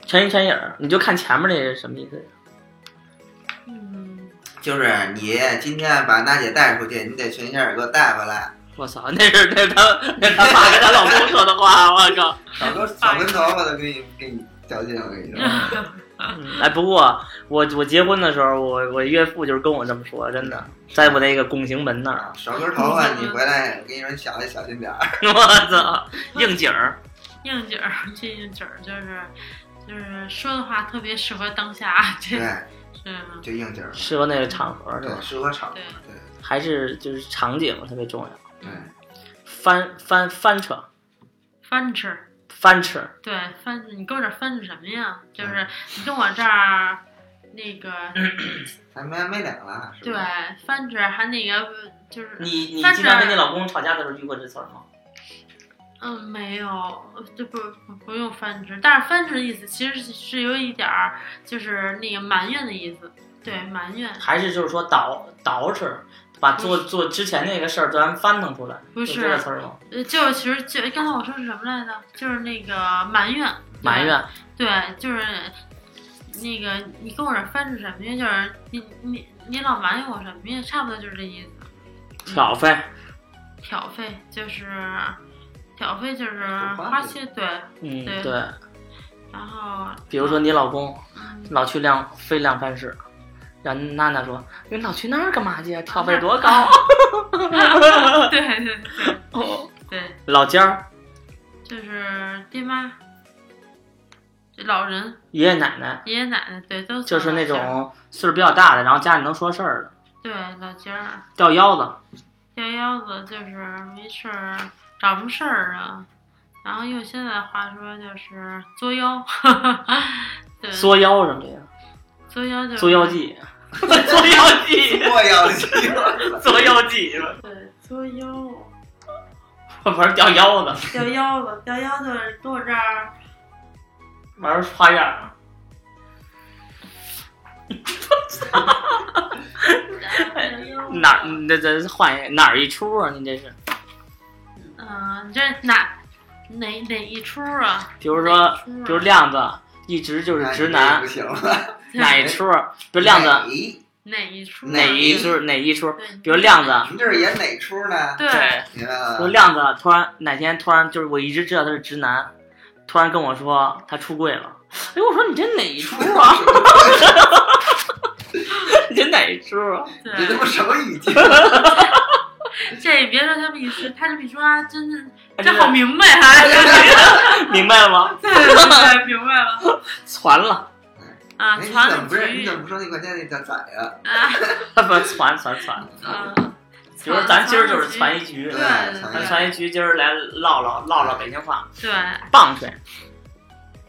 S1: 全虚全影儿，你就看前面那是什么意思？
S2: 嗯，
S3: 就是你今天把娜姐带出去，你得全心儿给我带回
S2: 嗯
S3: 来，
S1: 我操，那是那是她那是她爸跟她老公说的话，我靠。
S3: 少根少根头发都给你给你掉进，我跟你说，
S1: 嗯哎，不过我我结婚的时候，我我岳父就是跟我这么说，真的，在我那个拱形门那 儿，
S3: 啊少根头发你回来，我跟你说，你小心小心点儿。
S1: 我操，应景 儿，
S2: 应景儿，这应景儿就是就是说的话特别适合当下，这
S3: 对，
S2: 是吗
S3: 就应 景儿，
S1: 适合那个场合是吧
S3: 对，？适合场合，
S2: 对
S3: 对
S1: 还是就是场景特别重要，
S3: 对，
S1: 翻翻翻扯
S2: 翻吃。
S1: 翻扯，
S2: 对，翻你跟我这儿翻是什么呀？就是
S3: 嗯
S2: 你跟我这儿那个
S3: 还没完没了了，是
S2: 对
S3: 吧？
S2: 翻纸还那个就是
S1: 你你
S2: 翻
S1: 经常
S2: 扯
S1: 跟你老公吵架的时候遇过这词儿吗？
S2: 嗯没有，这不不不用翻纸，但是翻纸的意思其实是是有一点儿就是那个埋怨的意思，对埋怨
S1: 还是就是说捯捯饬，把做做之前那个事儿咱翻腾出来，
S2: 哎不
S1: 有
S2: 是
S1: 这个词儿吗？
S2: 呃就其实就刚才我说是什么来着？就是那个埋怨
S1: 埋
S2: 嗯
S1: 怨
S2: 对，就是那个你跟我这儿翻是什么呀？就是你你你老埋怨我什么呀？差不多就是这意思。
S1: 挑费，
S2: 挑费就是挑费就是
S3: 花
S2: 花
S3: 费
S2: 钱对，
S1: 嗯
S2: 对
S1: 对，
S2: 然后
S1: 比如 说你老公
S2: 嗯
S1: 老去量非量贩式，然后娜娜说：“你老去那儿干嘛去啊？ 跳费多高
S2: 对对对对？”
S1: 哦
S2: 对，
S1: 老尖儿
S2: 就是爹妈，这老人、
S1: 爷爷奶奶，
S2: 爷爷奶奶，对，都
S1: 就是
S2: 算
S1: 那
S2: 老尖儿
S1: 种岁数比较大的，然后家里能说事儿的，
S2: 对老尖儿
S1: 掉腰子，
S2: 掉腰子，就是没事儿找什么事儿啊。然后用现在的话说就是作妖， 对，
S1: 缩腰什么的，
S2: 作妖就是
S1: 作妖，记，作妖记，
S3: 我要去了，
S1: 作妖记，
S2: 对，作妖。
S1: 玩儿掉腰子，
S2: 掉腰子，掉腰子坐这儿，
S1: 玩儿花样 儿。啊
S2: 掉腰子
S1: 哪儿？那这换一个哪儿一出啊？你这是，
S2: 嗯、你这哪哪哪一出啊？
S1: 比如说，
S2: 哪一出啊
S1: 比如亮子一直就是直男
S3: 哎不，行了，
S1: 哪一出？比如亮子
S3: 咦，
S2: 啊哪一出？啊
S1: 哪一
S3: 出
S1: 出？哪一出？
S2: 对
S1: 比如亮子，啊
S3: 你这是演哪出呢？
S2: 对
S3: 你
S1: 比如
S3: 看，啊
S1: 亮子突然哪天突然就是我一直知道他是直男，突然跟我说他出柜了。哎，我说你这哪一出啊？ 你这哪一出啊？
S3: 你他
S2: 对，
S3: 妈什么语 境？
S2: 这别说他们一说，他这么一说啊，真是
S1: 哎
S2: 这好明白 啊！
S1: 明白了吗？
S2: 对 对对，明白了
S1: 传了，
S2: 啊，
S3: 哎你
S2: 传
S3: 怎么
S2: 统
S3: 不是？你
S2: 局
S3: 怎么不说那块钱那叫咋呀？
S2: 啊，
S1: 不传传传。
S2: 嗯，
S1: 比如说咱今儿就是传一局
S3: 对，
S2: 对对
S1: 咱
S3: 传
S1: 传一局，今儿来唠唠唠唠北京话，
S2: 对，
S1: 棒槌，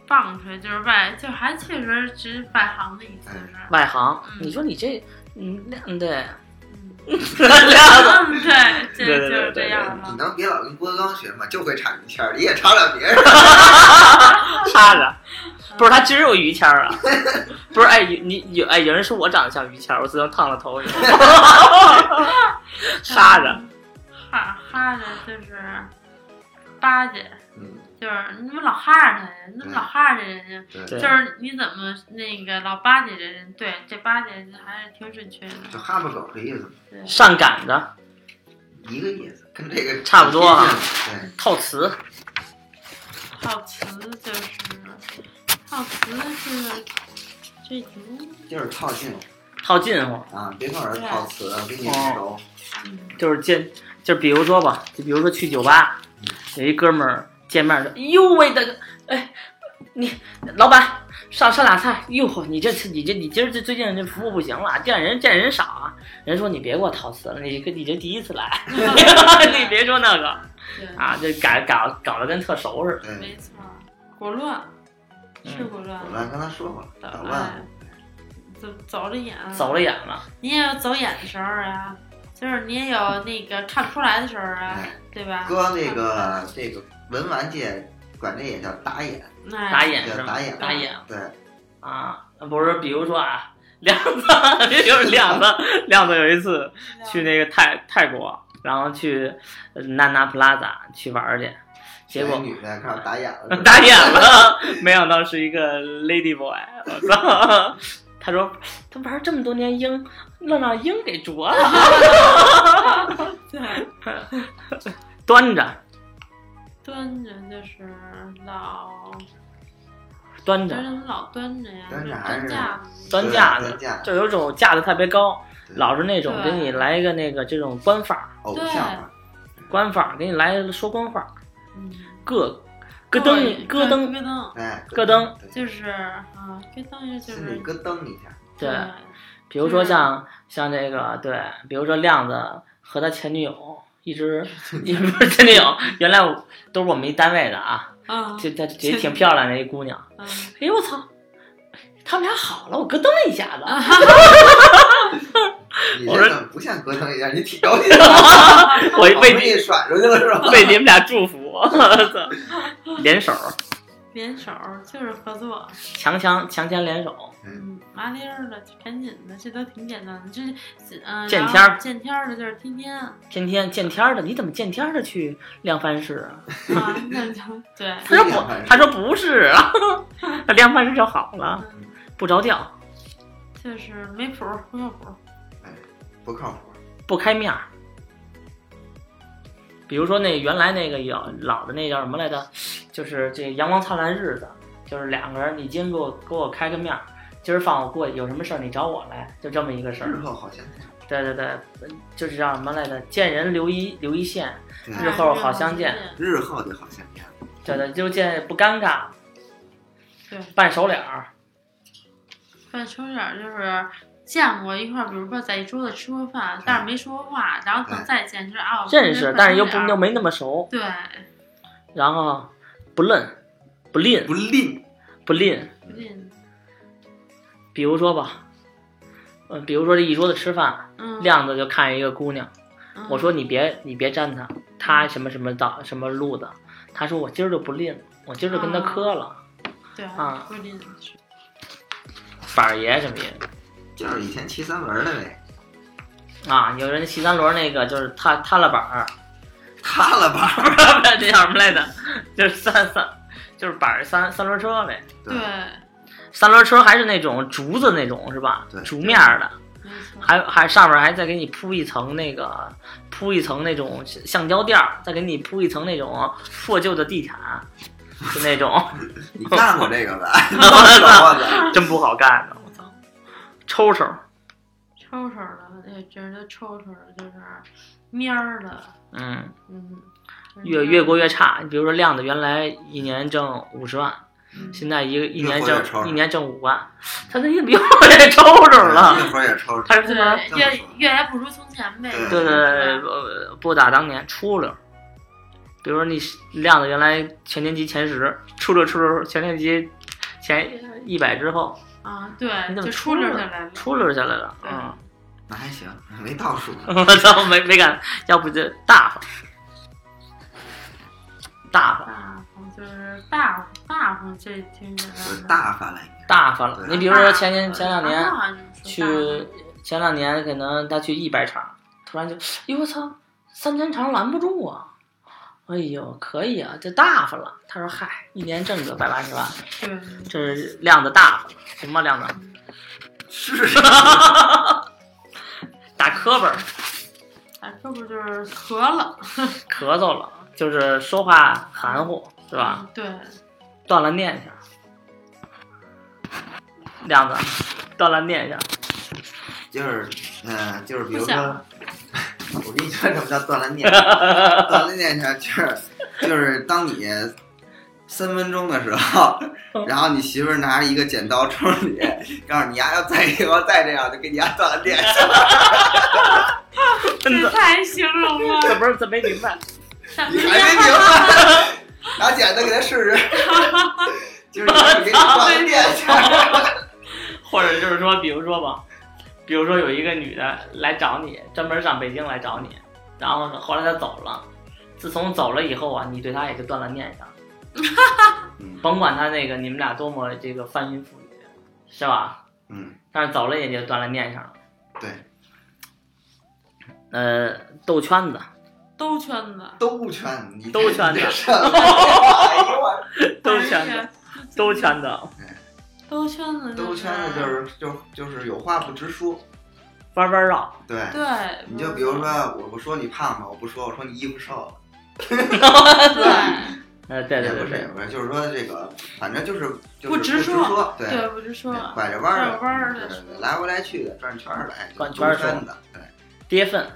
S2: 棒槌就是外，就还确实只外行的一次是，
S1: 外行
S2: 嗯。
S1: 你说你这，嗯，亮对，
S2: 嗯，
S1: 亮子。
S2: 嗯 对，
S1: 对对
S2: 这就
S1: 对
S2: 是这
S1: 对
S2: 样
S3: 你
S2: 了，
S3: 能别老跟郭德纲学吗？就会唱于谦儿，你也唱点别人。
S1: 趴着，不是他只有于谦儿啊，不是哎你有哎有人说我长得像于谦儿，我自从烫了头以 后，趴着，
S2: 哈哈的就是巴结。
S3: 嗯，
S2: 就是你怎么老哈着他呀？你怎么老哈着人家？
S3: 对，
S1: 对
S2: 就是你怎么那个老巴结人家？对，这巴结还是挺准确的。
S3: 就哈巴狗的意思嘛，
S2: 对，
S1: 上赶着，
S3: 一个意思，跟这个
S1: 差不多啊
S3: 挺接近的
S1: 套词，
S2: 套词就是套词是这挺
S3: 对，就是套近乎
S1: 套近乎，
S3: 啊，别跟我这套词，啊跟你熟。
S1: 哦
S2: 嗯
S1: 就是见，就比如说吧，就比如说去酒吧，
S3: 嗯
S1: 有一哥们儿见面说，哟喂大哥，哎，你老板上上俩菜，哟呵，你这你这你今儿这最近这服务不行了，见人见人少啊，人说你别给我套词了，你你这第一次来， 你别说那个。
S2: 对，
S1: 啊，就改搞搞得跟特熟似的。
S3: 对，
S2: 没错，果乱
S1: 嗯
S2: 是果乱
S3: 我，乱刚才说过了，捣
S2: 哎
S3: 乱，，
S2: 走走着眼，
S1: 嗯走了眼了，
S2: 你也有走眼的时候啊，就是你也有那个看不出来的时候啊，
S3: 哎，
S2: 对吧？
S3: 搁那个这个文玩界管这也叫打眼，
S2: 那
S1: 打眼
S3: 叫
S1: 是吗？
S3: 打眼，
S1: 打眼
S3: 对，
S1: 啊，不是，比如说啊， 亮子 就是亮子，亮子有一次去那个泰泰国，然后去呃娜娜普拉扎去玩儿去，结
S3: 小
S1: 果
S3: 女的开始打眼了，
S1: 打眼了，没想到是一个 lady boy，我操！他说他玩这么多年鹰，愣让鹰给啄 了，
S2: 对，
S1: 端着
S2: 端着就是老，
S1: 端
S2: 为
S1: 着
S2: 什么老端着呀？
S3: 端着还
S2: 端
S3: 是
S2: 架
S1: 端
S3: 对
S1: 架
S3: 端
S1: 子，
S3: 架子，
S1: 就有种架子特别高，
S3: 对
S1: 老是那种
S2: 对
S1: 给你来一个那个这种官法。
S3: 偶像嘛，
S1: 官方给你来说官话，
S2: 嗯，
S1: 咯咯噔咯噔
S2: 咯噔，
S3: 哎，
S1: 咯噔，
S3: 对，
S2: 就是啊，咯噔就
S3: 心里
S2: 是啊
S3: 咯噔一下，
S1: 对，比如说像像这个对，比如说亮子和他前女友一 直，也不是前女友，原来我都是我们一单位的啊，
S2: 啊，
S1: 就她也挺漂亮的一姑娘，
S2: 嗯
S1: 哎呦我操，啊他们俩好了，我咯噔一下子，
S3: 你
S1: 我说
S3: 这怎么不像咯噔一下？你挺高 兴的，
S1: 我
S3: 被
S1: 为
S3: 你甩出去了是吧？
S1: 为你们俩祝 福，我操，联手
S2: 联手就是合作，
S1: 强强强强联手，
S2: 嗯，麻利儿的，赶紧的，这都挺简单的，这是嗯，
S1: 见
S2: 然后
S1: 天儿
S2: 见天儿的就是天天 啊，
S1: 见天见天儿的，你怎么见天儿的去量贩式 啊？
S2: 那就对，
S1: 他说不，他说不是啊， 他量贩式就好了，
S2: 嗯，
S1: 不着调，
S2: 就是没谱儿，没有谱儿，
S3: 哎不靠谱，
S1: 不开面儿。比如说那原来那个有老的那叫什么来着，就是这《阳光灿烂日子》，就是两个人，你今儿给我给我开个面儿，今儿放我过去，有什么事儿你找我来，就这么一个事
S3: 日
S1: 儿。
S3: 后好相见，
S1: 对对对，就是叫什么来着，见人留一留一线，
S3: 对
S2: 哎
S1: 日后好相见
S2: 见，
S3: 日后就好相见，
S1: 对对，就见不尴尬。
S2: 对
S1: 半熟脸儿，
S2: 饭丘点儿就是见过一块儿，比如说在一桌子吃过饭，但是没说过话，然后可
S3: 哎
S2: 能再见就是啊，我跟
S1: 认识
S2: 人，
S1: 但是又不
S2: 饭丘
S1: 又
S2: 点儿
S1: 没那么熟，
S2: 对，
S1: 嗯然后不嫩，不吝
S3: 不吝，
S1: 不吝。
S2: 不吝，
S1: 比如说吧，嗯，比如说这一桌子吃饭，
S2: 嗯，
S1: 亮子就看一个姑娘，
S2: 嗯
S1: 我说你别你别沾她，她什么什么道什么路的，她说我今儿就不吝，我今儿就跟她磕了，
S2: 对
S1: 啊
S2: 不吝是
S1: 板儿爷什么爷
S3: 就是以前骑三轮的呗，
S1: 啊，有人骑三轮那个就是踏踏了板儿，
S3: 塌了吧？
S1: 这叫什么来着？就是三三就是板儿三三轮车呗，
S2: 对，
S1: 三轮车还是那种竹子那种是吧
S3: 对？
S1: 竹面儿的，
S2: 没错，
S1: 还还上面还再给你铺一层那个铺一层那种橡胶垫儿，再给你铺一层那种破旧的地毯，就那种
S3: 你干过这个 吧？我操！
S1: 真不好干的，我操！抽抽，
S2: 抽抽的，那真的抽抽的，就是蔫儿的，
S1: 嗯，
S2: 嗯，
S1: 越越过越差。你比如说亮子原来一年挣五十万，
S2: 嗯
S1: 现在一个一年
S3: 越活越抽
S1: 挣
S3: 抽
S1: 一年挣五 万，他那越活越抽抽了，
S3: 那会儿也抽抽，
S1: 他是他妈
S2: 对，
S3: 这么
S2: 越
S3: 说
S2: 越来不如从前呗，
S1: 对对对，
S2: 是吧
S1: 呃不打当年出溜儿。比如说你亮子原来全年级前十，出溜出溜全年级前一百之后，
S2: 啊，
S1: 你
S2: 对，
S1: 怎么
S2: 就
S1: 出
S2: 出
S1: 溜
S2: 溜
S1: 儿
S2: 下来了，
S1: 出溜下来了。
S2: 对
S1: 嗯，
S3: 那还行，没倒数。
S1: 我操，没没敢，要不就大方，大方
S2: 大方啊就是大方大方，这听着
S3: 我大发了，
S1: 大发了。
S3: 对
S1: 你比如说前年前两年
S2: 啊就是
S1: 去
S2: 大方
S1: 前两年可能他去一百场，突然就，哎呦我操，三千场拦不住啊！哎呦，可以啊，这大发了。他说嗨，一年挣个百八十万。
S2: 对，
S1: 这是亮子大发了，行吧，亮子
S3: 是
S1: 打磕巴儿、
S2: 哎，这不就是咳了
S1: 咳嗽了，就是说话含糊，是吧？？
S2: 嗯对，
S1: 断了念想。亮子，断了念想，
S3: 就是，嗯，就是比如
S2: 不想
S3: 说，我跟你说什么叫断了念 想？断了念想就是，就是当你三分钟的时候， 然后你媳妇儿拿着一个剪刀抽你，告诉你丫要再以后再这样，就给你丫断了念想。
S1: 真的，
S2: 太形容了，
S1: 这不是这没明白，
S2: 但
S3: 你
S2: 是
S3: 还没明白？ 拿剪子给他试 试，就是给你断了念想。
S1: 或者就是说，比如说吧，比如说有一个女的来找你，专门上北京来找你，然后呢，后来她走了，自从走了以后啊，你对她也就断了念想，
S3: 嗯
S1: 甭管她那个你们俩多么这个翻云覆雨，是吧？
S3: 嗯，
S1: 但是走了也就断了念想了。
S3: 对，
S1: 呃，兜圈子，
S2: 兜圈子，
S3: 都不圈，你
S1: 都圈的
S3: 这事儿 哎呦我
S1: 兜圈子，
S2: 子
S1: 兜圈子，
S2: 兜圈子，
S3: 兜圈子就。是就就是有话不直说，
S1: 弯弯绕，
S3: 对。
S2: 对，
S3: 你就比如说，我我说你胖吧，我不说，我说你衣服瘦了，
S2: 对，
S1: 呃，对
S3: 也
S1: 对对
S3: 不是
S1: 对，
S3: 也不是，就是说这个，反正就是就是
S2: 不
S3: 不
S2: 直说
S3: 说，对，
S2: 对，我就说
S3: 对拐着弯
S2: 拐
S3: 儿
S2: 着弯儿
S3: 的，
S2: 的
S3: 对对，来回来去的，转圈儿来，
S1: 转圈儿
S3: 兜圈子，对，
S1: 跌份，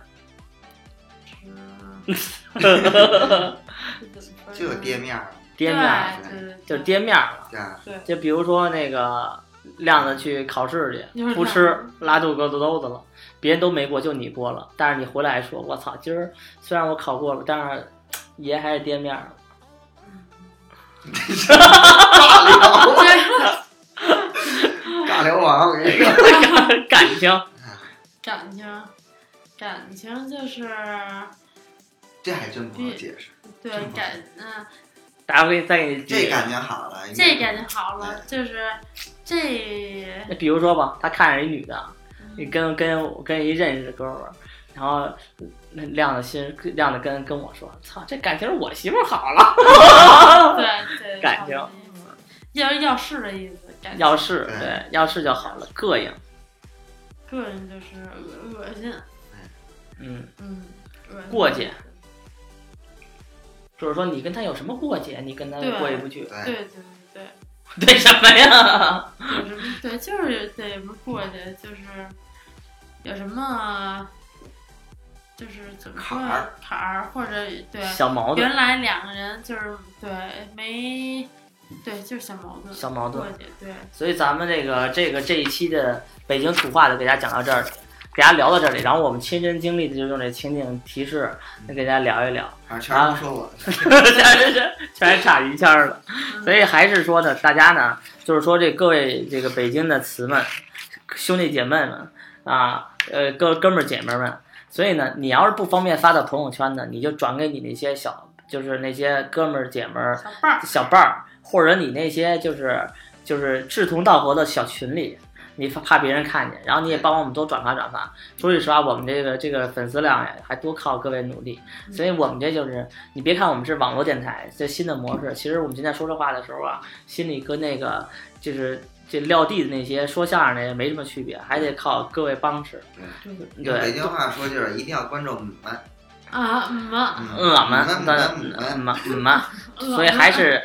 S3: 就有跌面儿，
S1: 跌面儿，
S2: 对对，
S1: 就是跌面儿了。
S3: 对吧，
S2: 对，
S1: 就比如说那个亮子去考试
S2: 就
S1: 去，
S2: 是
S1: 不吃拉肚子兜子了，别人都没过，就你过了。但是你回来还说，我操，今儿虽然我考过了，但是爷还是跌面 儿了。
S3: 尬聊，尬聊王，我跟你说，
S1: 感情，
S2: 感情，感情就是
S3: 这还真不好解释，
S2: 对感，嗯，
S1: 大家会再给你
S3: 这感觉好了，应该
S2: 这感觉好了，就是这，
S1: 那比如说吧，他看着一女的，你跟跟跟一认识的哥们儿，然后那亮子心亮子跟跟我说，操，这感情是我媳妇儿好了。
S2: 对对，
S1: 感情
S2: 要要是的意思，感
S1: 要是
S3: 对
S1: 对，要是就好了，膈应，
S2: 个人就是恶恶心，
S1: 嗯，
S2: 嗯，恶心
S1: 过节，就是说你跟他有什么过节，你跟他
S2: 对
S1: 过意不去，
S3: 对，
S2: 对对 对
S1: 对什么呀？
S2: 对，有什么对就是对不是过节，就是有什么就是怎么说
S3: 坎儿
S2: 坎儿或者对
S1: 小矛盾
S2: 原来两个人就是对没对，就是小矛盾，
S1: 小矛盾
S2: 过去对，
S1: 所以咱们这个这个这一期的北京土话就给大家讲到这儿，给大家聊到这里，然后我们亲身经历的就用这情景提示给大家聊一聊，
S3: 啊，全都说我，
S1: 全是全是差于谦儿了。所以还是说呢，大家呢，就是说这各位这个北京的词们、兄弟姐妹们啊，呃哥哥们儿姐们儿们，所以呢，你要是不方便发到朋友圈呢，你就转给你那些小，就是那些哥们儿姐们儿、
S2: 小伴儿，
S1: 小伴儿，或者你那些就是就是志同道合的小群里，你怕怕别人看见，然后你也帮我们多转发转发。说句实话，我们这个这个粉丝量呀，还多靠各位努力，所以我们这就是你别看我们是网络电台这新的模式，其实我们今天说这话的时候啊，心里跟那个就是。这撂地的那些说相声的也没什么区别，还得靠各位帮持。对，
S3: 用北京话说就是一定要关注你们，
S2: 啊，嗯啊，
S1: 嗯，俺们，
S3: 嗯
S1: 那
S3: 嗯
S1: 嗯
S3: 嗯
S1: 嘛嗯嘛，
S2: 嗯
S1: 所以还是，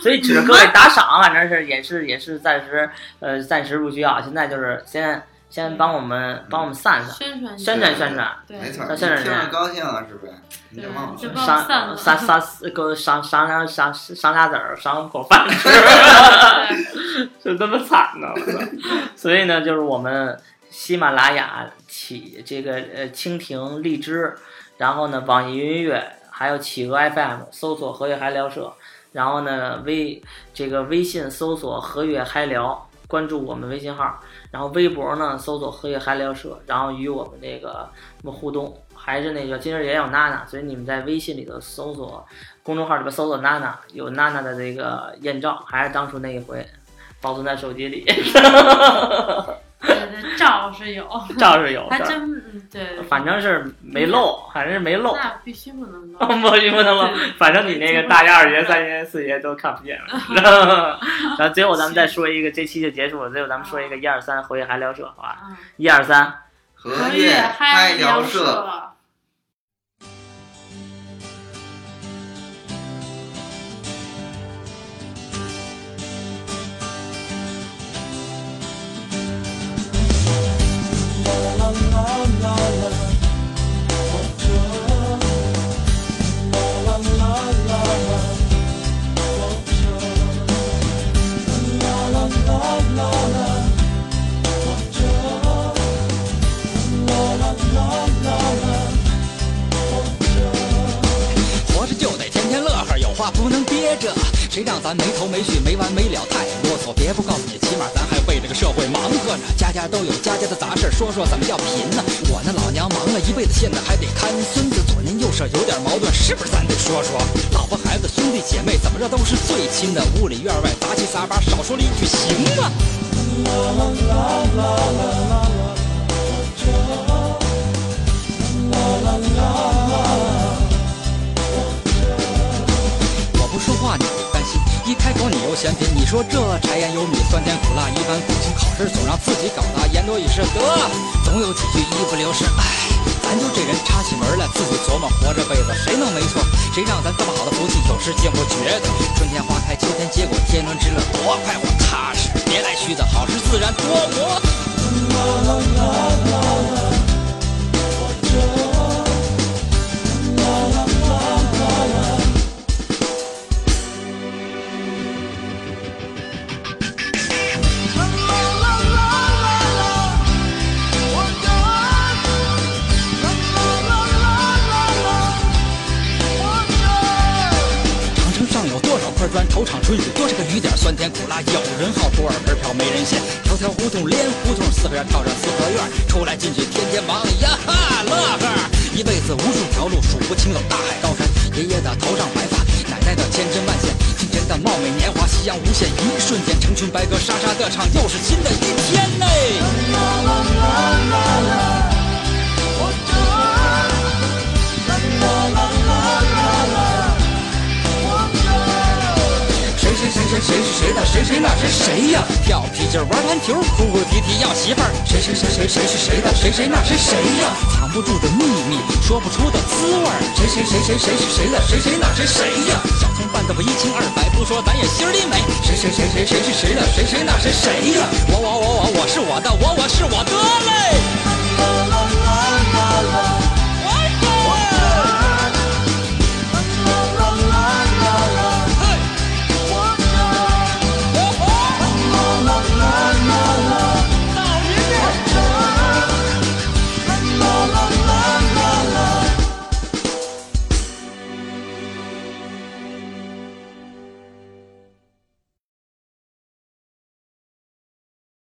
S1: 所以指着各位打赏，反正是也是也是暂时呃暂时不需要，现在就是先先帮我们帮我们散散，
S2: 宣传一下
S1: 宣传宣传，
S2: 对，
S3: 没错，
S1: 那
S3: 你
S1: 现在是
S3: 听着高兴啊了是不是？你就忘
S2: 对就。
S3: 了
S2: 帮我们散
S1: 商商
S2: 了
S1: 商够商商量商商俩子儿，商口饭吃，
S2: 对
S1: 就这么惨呢。我操 所以呢，就是我们喜马拉雅起这个呃蜻蜓、荔枝，然后呢网易云音乐，还有企鹅 FM 搜索“和悦嗨聊社”，然后呢微这个微信搜索“和悦嗨聊”，关注我们微信号，然后微博呢搜索“和悦嗨聊社”，然后与我们这个什么互动。还是那个，今儿也有娜娜，所以你们在微信里头搜索，公众号里边搜索娜娜，有娜娜的这个艳照，还是当初那一回，保存在手机里，
S2: 对对，照是有，
S1: 照是有
S2: 还
S1: 的，
S2: 真嗯对，
S1: 反正是没漏，反正是哦没漏。
S2: 那必须不能漏，
S1: 不行不能漏，反正你那 个大爷、二爷、三爷、四爷都看不见了。 然后最后咱们再说一个，这期就结束了。最后咱们说一个一二三，回去还聊社，好吧？
S2: 啊，
S1: 一二三，
S3: 和悦嗨
S2: 聊
S3: 聊社。。
S2: 啊
S5: 活着就得天天乐呵，有话不能憋着。谁让咱没头没绪、没完没了太啰嗦？别不告诉你，起码咱还为这个社会忙活着。家家都有家家的杂事，说说怎么叫贫呢？我那老娘忙了一辈子，现在还得看孙子，左邻右舍有点矛盾，是不是咱得说说？老婆孩子、兄弟姐妹，怎么着都是最亲的，屋里院外杂七杂八，少说了一句行吗？我不说话你会担心，一开口你又嫌贫。你说这柴盐油米酸甜苦辣，一般苦情考试总让自己搞砸，言多语失得，总有几句一不留神。唉，咱就这人插起门来自己琢磨，活这辈子谁能没错？谁让咱这么好的福气有时竟不觉得？春天花开，秋天结果，天伦之乐多快活踏实，别来虚的，好事自然多磨。长城上有多少块砖，愁厂春雨多少个雨点，酸甜苦辣有人好，多少门票没人信，条条胡同连胡同，四合院套上四合院，出来进去天天忙呀哈乐呵，一辈子无数条路数不清有大海高山，爷爷的头上白发，奶奶的千针万线，今天的貌美年华夕阳无限，一瞬间成群白鸽沙沙的唱，又是新的一天嘞。谁谁谁谁谁是谁的谁谁那谁谁呀？跳皮筋儿玩篮球，哭哭啼啼要媳妇儿。谁谁谁谁谁是谁的谁谁那谁谁呀？藏不住的秘密，说不出的滋味儿。谁谁谁谁谁是谁的谁谁那谁谁呀？小葱拌的我一清二白，不说咱也心里美。谁谁谁谁谁是谁的谁谁那谁谁呀？我我我我我是我的我我是我的嘞。